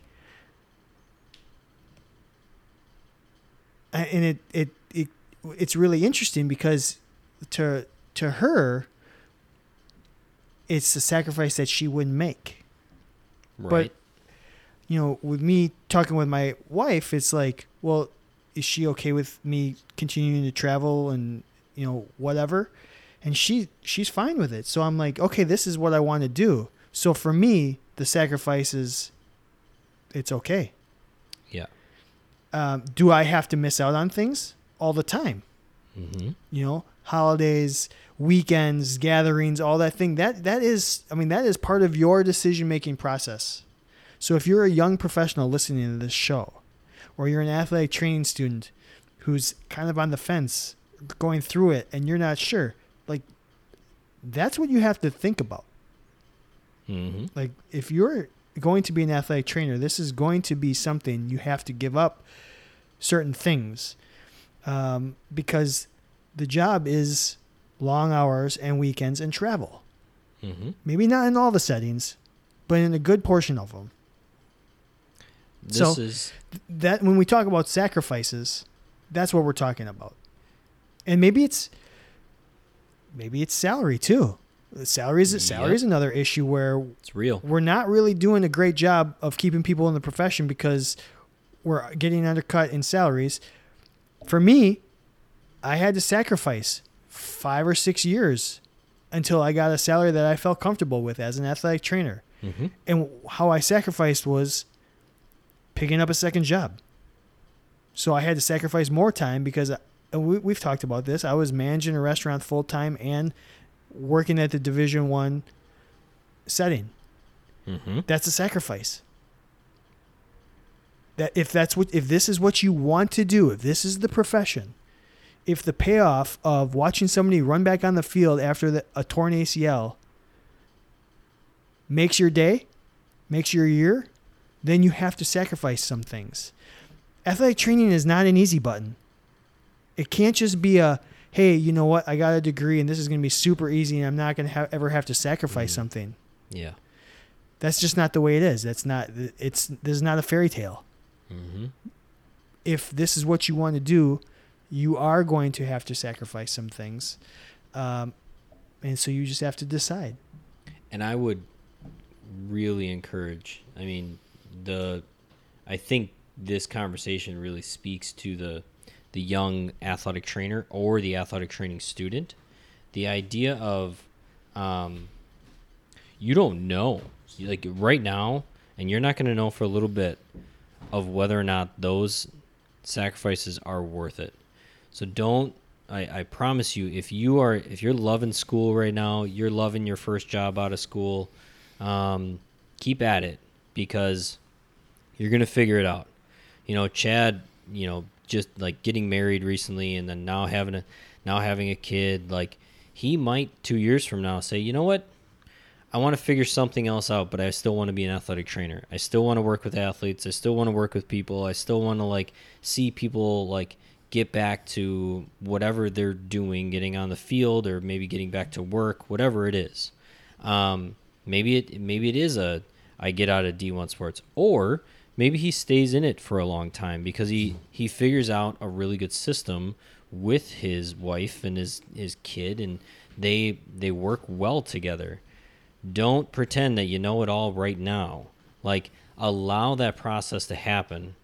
[SPEAKER 1] I- and it, it it it's really interesting because to to her it's a sacrifice that she wouldn't make.
[SPEAKER 2] right
[SPEAKER 1] You know, with me talking with my wife, it's like, well, is she okay with me continuing to travel and you know whatever? and she she's fine with it. So I'm like, okay, this is what I want to do. So for me, the sacrifice is, it's okay.
[SPEAKER 2] Yeah.
[SPEAKER 1] Um, do I have to miss out on things all the time?
[SPEAKER 2] Mm-hmm.
[SPEAKER 1] You know, holidays, weekends, gatherings, all that thing. That that is, I mean, that is part of your decision making process. So if you're a young professional listening to this show, or you're an athletic training student who's kind of on the fence, going through it, and you're not sure, like that's what you have to think about.
[SPEAKER 2] Mm-hmm.
[SPEAKER 1] Like if you're going to be an athletic trainer, this is going to be something you have to give up certain things um, because the job is long hours and weekends and travel.
[SPEAKER 2] Mm-hmm.
[SPEAKER 1] Maybe not in all the settings, but in a good portion of them.
[SPEAKER 2] This
[SPEAKER 1] So-
[SPEAKER 2] is
[SPEAKER 1] that when we talk about sacrifices, that's what we're talking about. And maybe it's maybe it's salary too. Salaries salary is another issue where
[SPEAKER 2] it's real.
[SPEAKER 1] we're not really doing a great job of keeping people in the profession because we're getting undercut in salaries. For me, I had to sacrifice five or six years until I got a salary that I felt comfortable with as an athletic trainer.
[SPEAKER 2] Mm-hmm.
[SPEAKER 1] And how I sacrificed was picking up a second job. So I had to sacrifice more time because uh, and we, we've talked about this. I was managing a restaurant full time and working at the Division One setting
[SPEAKER 2] Mm-hmm.
[SPEAKER 1] that's a sacrifice that if that's what if this is what you want to do if this is the profession if the payoff of watching somebody run back on the field after the, a torn acl makes your day makes your year then you have to sacrifice some things athletic training is not an easy button it can't just be a hey you know what i got a degree and this is going to be super easy and i'm not going to ha- ever have to sacrifice something
[SPEAKER 2] Yeah.
[SPEAKER 1] that's just not the way it is. That's not it's this is not a fairy tale.
[SPEAKER 2] Mm-hmm.
[SPEAKER 1] If this is what you want to do, you are going to have to sacrifice some things, um, and so you just have to decide.
[SPEAKER 2] and I would really encourage. I mean, the I think this conversation really speaks to the the young athletic trainer or the athletic training student. The idea of um, you don't know, like right now, and you're not going to know for a little bit of whether or not those sacrifices are worth it. So don't. I, I promise you, if you are if you're loving school right now, you're loving your first job out of school. Um, keep at it because you're gonna figure it out. You know, Chad. You know, just like getting married recently, and then now having a now having a kid. Like he might two years from now say, you know what, I want to figure something else out, but I still want to be an athletic trainer. I still want to work with athletes. I still want to work with people. I still want to like see people like get back to whatever they're doing, getting on the field or maybe getting back to work, whatever it is. Um, maybe it maybe it is a I get out of D1 sports or maybe he stays in it for a long time because he he figures out a really good system with his wife and his his kid and they they work well together don't pretend that you know it all right now. Like, allow that process to happen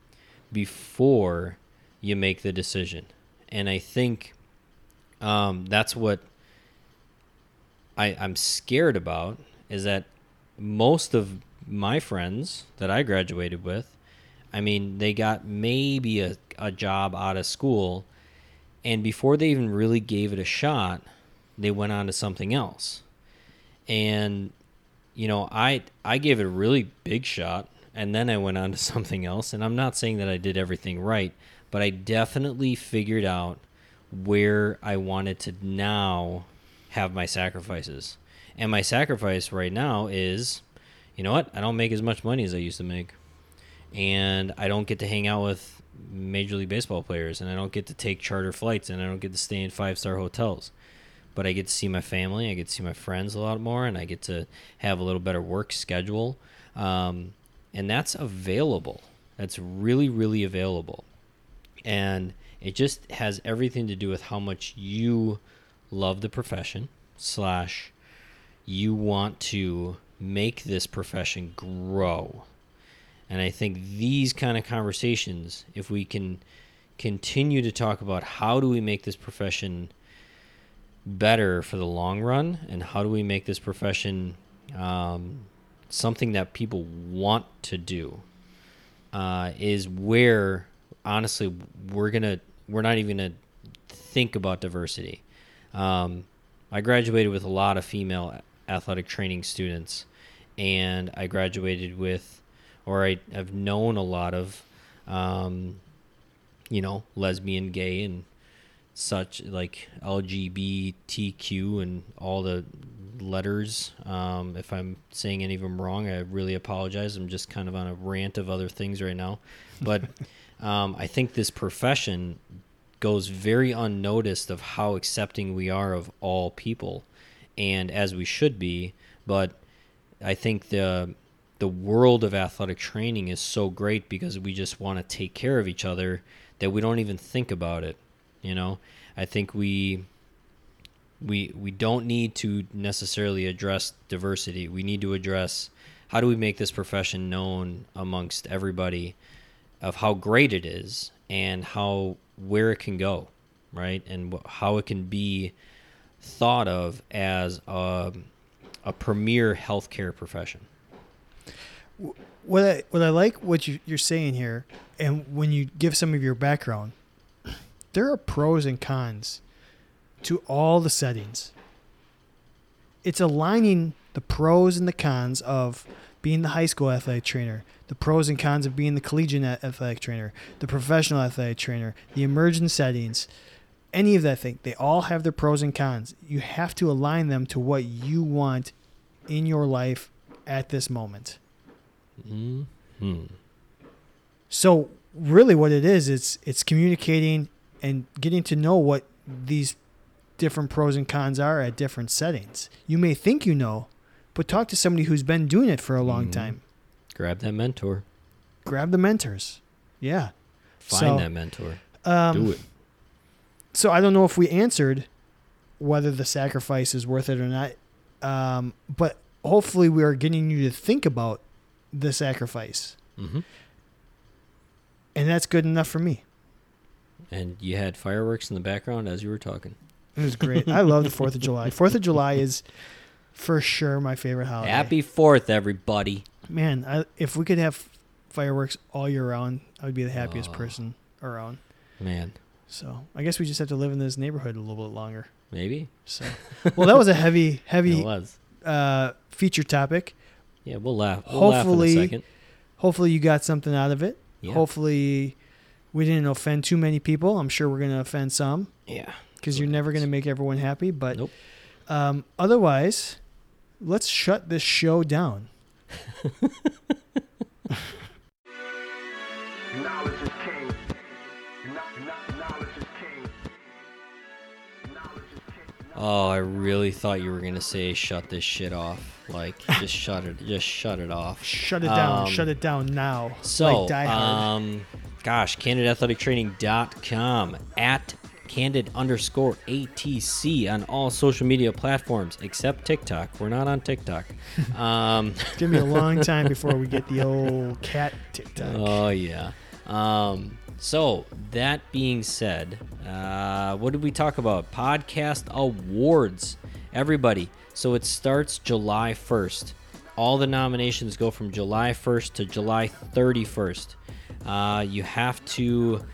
[SPEAKER 2] before you make the decision. And I think um, that's what I, I'm scared about is that most of my friends that I graduated with, I mean, they got maybe a, a job out of school, and before they even really gave it a shot, they went on to something else and you know i i gave it a really big shot and then i went on to something else and i'm not saying that i did everything right but i definitely figured out where i wanted to now have my sacrifices and my sacrifice right now is you know what i don't make as much money as i used to make and I don't get to hang out with Major League Baseball players, and I don't get to take charter flights, and I don't get to stay in five star hotels. But I get to see my family, I get to see my friends a lot more, and I get to have a little better work schedule. Um, and that's available. That's really, really available. And it just has everything to do with how much you love the profession, slash, you want to make this profession grow. And I think these kind of conversations, if we can continue to talk about how do we make this profession better for the long run, and how do we make this profession um, something that people want to do? Uh, is where honestly we're gonna we're not even gonna think about diversity. Um, I graduated with a lot of female athletic training students, and I graduated with, or I, I've known a lot of, um, you know, lesbian, gay, and such like LGBTQ and all the letters. Um, if I'm saying any of them wrong, I really apologize. I'm just kind of on a rant of other things right now. But um, I think this profession goes very unnoticed of how accepting we are of all people and as we should be but i think the the world of athletic training is so great because we just want to take care of each other that we don't even think about it you know i think we we we don't need to necessarily address diversity we need to address how do we make this profession known amongst everybody of how great it is and how where it can go, right? And wh- how it can be thought of as um, a, a premier healthcare profession.
[SPEAKER 1] What I, what I like what you, you're saying here, and when you give some of your background, there are pros and cons to all the settings. It's aligning the pros and the cons of being the high school athletic trainer, the pros and cons of being the collegiate a- athletic trainer, the professional athletic trainer, the emergent settings, any of that thing. They all have their pros and cons. You have to align them to what you want in your life at this moment.
[SPEAKER 2] hmm
[SPEAKER 1] So really what it is, it's it's communicating and getting to know what these different pros and cons are at different settings. You may think you know, but talk to somebody who's been doing it for a long
[SPEAKER 2] Mhm.
[SPEAKER 1] time.
[SPEAKER 2] Grab that mentor,
[SPEAKER 1] Grab the mentors. Yeah.
[SPEAKER 2] find
[SPEAKER 1] So,
[SPEAKER 2] that mentor,
[SPEAKER 1] Um,
[SPEAKER 2] do it.
[SPEAKER 1] so I don't know if we answered whether the sacrifice is worth it or not. Um, but hopefully, we are getting you to think about the sacrifice,
[SPEAKER 2] hmm
[SPEAKER 1] and that's good enough for me.
[SPEAKER 2] And you had fireworks in the background as you were talking.
[SPEAKER 1] It was great. I love the Fourth of July. Fourth of July is for sure my favorite holiday.
[SPEAKER 2] Happy Fourth, everybody!
[SPEAKER 1] man! I, if we could have fireworks all year round, I would be the happiest
[SPEAKER 2] Oh.
[SPEAKER 1] person around.
[SPEAKER 2] Man,
[SPEAKER 1] So I guess we just have to live in this neighborhood a little bit longer.
[SPEAKER 2] maybe
[SPEAKER 1] So, well, that was a heavy,
[SPEAKER 2] it
[SPEAKER 1] heavy
[SPEAKER 2] was.
[SPEAKER 1] uh, feature topic.
[SPEAKER 2] Yeah, we'll laugh. We'll
[SPEAKER 1] Hopefully-
[SPEAKER 2] laugh in a second.
[SPEAKER 1] Hopefully, you got something out of it.
[SPEAKER 2] Yeah.
[SPEAKER 1] Hopefully, we didn't offend too many people. I'm sure we're going to offend some
[SPEAKER 2] yeah.
[SPEAKER 1] because you're never going to make everyone happy. But
[SPEAKER 2] Nope.
[SPEAKER 1] um, otherwise, let's shut this show down.
[SPEAKER 3] Knowledge is king. Kno- kno- Knowledge is king. Knowledge is king.
[SPEAKER 2] Oh, I really thought you were gonna say shut this shit off. Like just shut it just shut it off.
[SPEAKER 1] Shut it down.
[SPEAKER 2] Um,
[SPEAKER 1] shut it down now.
[SPEAKER 2] So
[SPEAKER 1] like Die Hard.
[SPEAKER 2] um gosh, candidathletictraining.com at candid underscore ATC on all social media platforms except TikTok. We're not on TikTok. Um
[SPEAKER 1] It's gonna be a long time before we get the old cat TikTok.
[SPEAKER 2] Oh yeah. Um, so that being said, uh, what did we talk about? Podcast awards, everybody. So it starts July first. All the nominations go from July first to July thirty first. Uh, you have to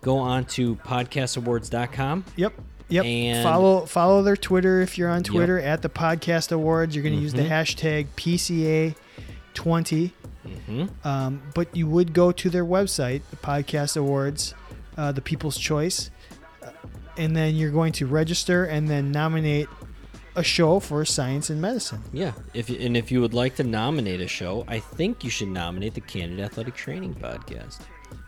[SPEAKER 2] go on to podcastawards.com.
[SPEAKER 1] Yep. Yep.
[SPEAKER 2] And-
[SPEAKER 1] follow follow their Twitter if you're on Twitter
[SPEAKER 2] Yep. Mm-hmm.
[SPEAKER 1] at the podcast awards. You're going to use the hashtag PCA20.
[SPEAKER 2] Mm-hmm.
[SPEAKER 1] Um, but you would go to their website, the podcast awards, uh, the People's Choice, uh, and then you're going to register and then nominate a show for science and medicine.
[SPEAKER 2] Yeah, if and if you would like to nominate a show, I think you should nominate the Candid Athletic Training Podcast.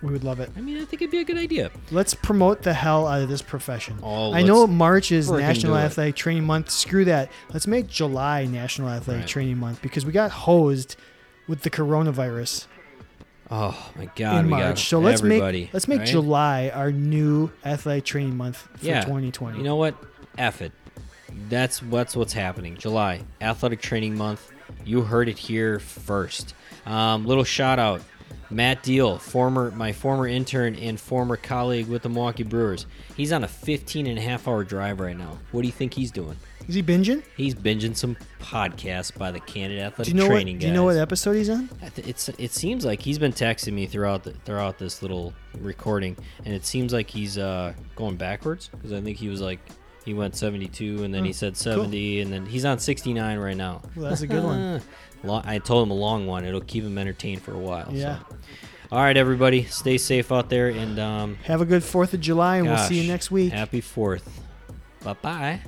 [SPEAKER 1] We would love it.
[SPEAKER 2] I mean, I think it'd be a good idea.
[SPEAKER 1] Let's promote the hell out of this profession.
[SPEAKER 2] Oh,
[SPEAKER 1] I know
[SPEAKER 2] let's
[SPEAKER 1] March is
[SPEAKER 2] frickin'
[SPEAKER 1] National
[SPEAKER 2] do it.
[SPEAKER 1] Athletic Training Month. Screw that. Let's make July National Athletic
[SPEAKER 2] Right.
[SPEAKER 1] Training Month because we got hosed with the coronavirus
[SPEAKER 2] Oh my God,
[SPEAKER 1] in
[SPEAKER 2] we got
[SPEAKER 1] March. So let's
[SPEAKER 2] everybody,
[SPEAKER 1] make let's make
[SPEAKER 2] right?
[SPEAKER 1] July our new Athletic Training Month for 2020.
[SPEAKER 2] You know what? F it. That's what's what's happening. July athletic training month. You heard it here first. Um, little shout out Matt Deal, former my former intern and former colleague with the Milwaukee Brewers. He's on a 15 and a half hour drive right now. What do you think he's doing?
[SPEAKER 1] Is he binging?
[SPEAKER 2] He's binging some podcasts by the Candid Athletic
[SPEAKER 1] Do you know what?
[SPEAKER 2] Training
[SPEAKER 1] Do you know
[SPEAKER 2] guys.
[SPEAKER 1] what episode he's on?
[SPEAKER 2] I th- it's it seems like he's been texting me throughout the, throughout this little recording, and it seems like he's uh, going backwards because I think he was like he went 72 and then
[SPEAKER 1] Hmm.
[SPEAKER 2] he said 70 and then he's on 69 right now.
[SPEAKER 1] Well, that's a good one.
[SPEAKER 2] Lo- I told him a long one; it'll keep him entertained for a while. so.
[SPEAKER 1] Yeah.
[SPEAKER 2] All right, everybody, stay safe out there, and um,
[SPEAKER 1] Have a good Fourth of July, and we'll see
[SPEAKER 2] gosh,
[SPEAKER 1] you next week.
[SPEAKER 2] Happy Fourth. Bye bye.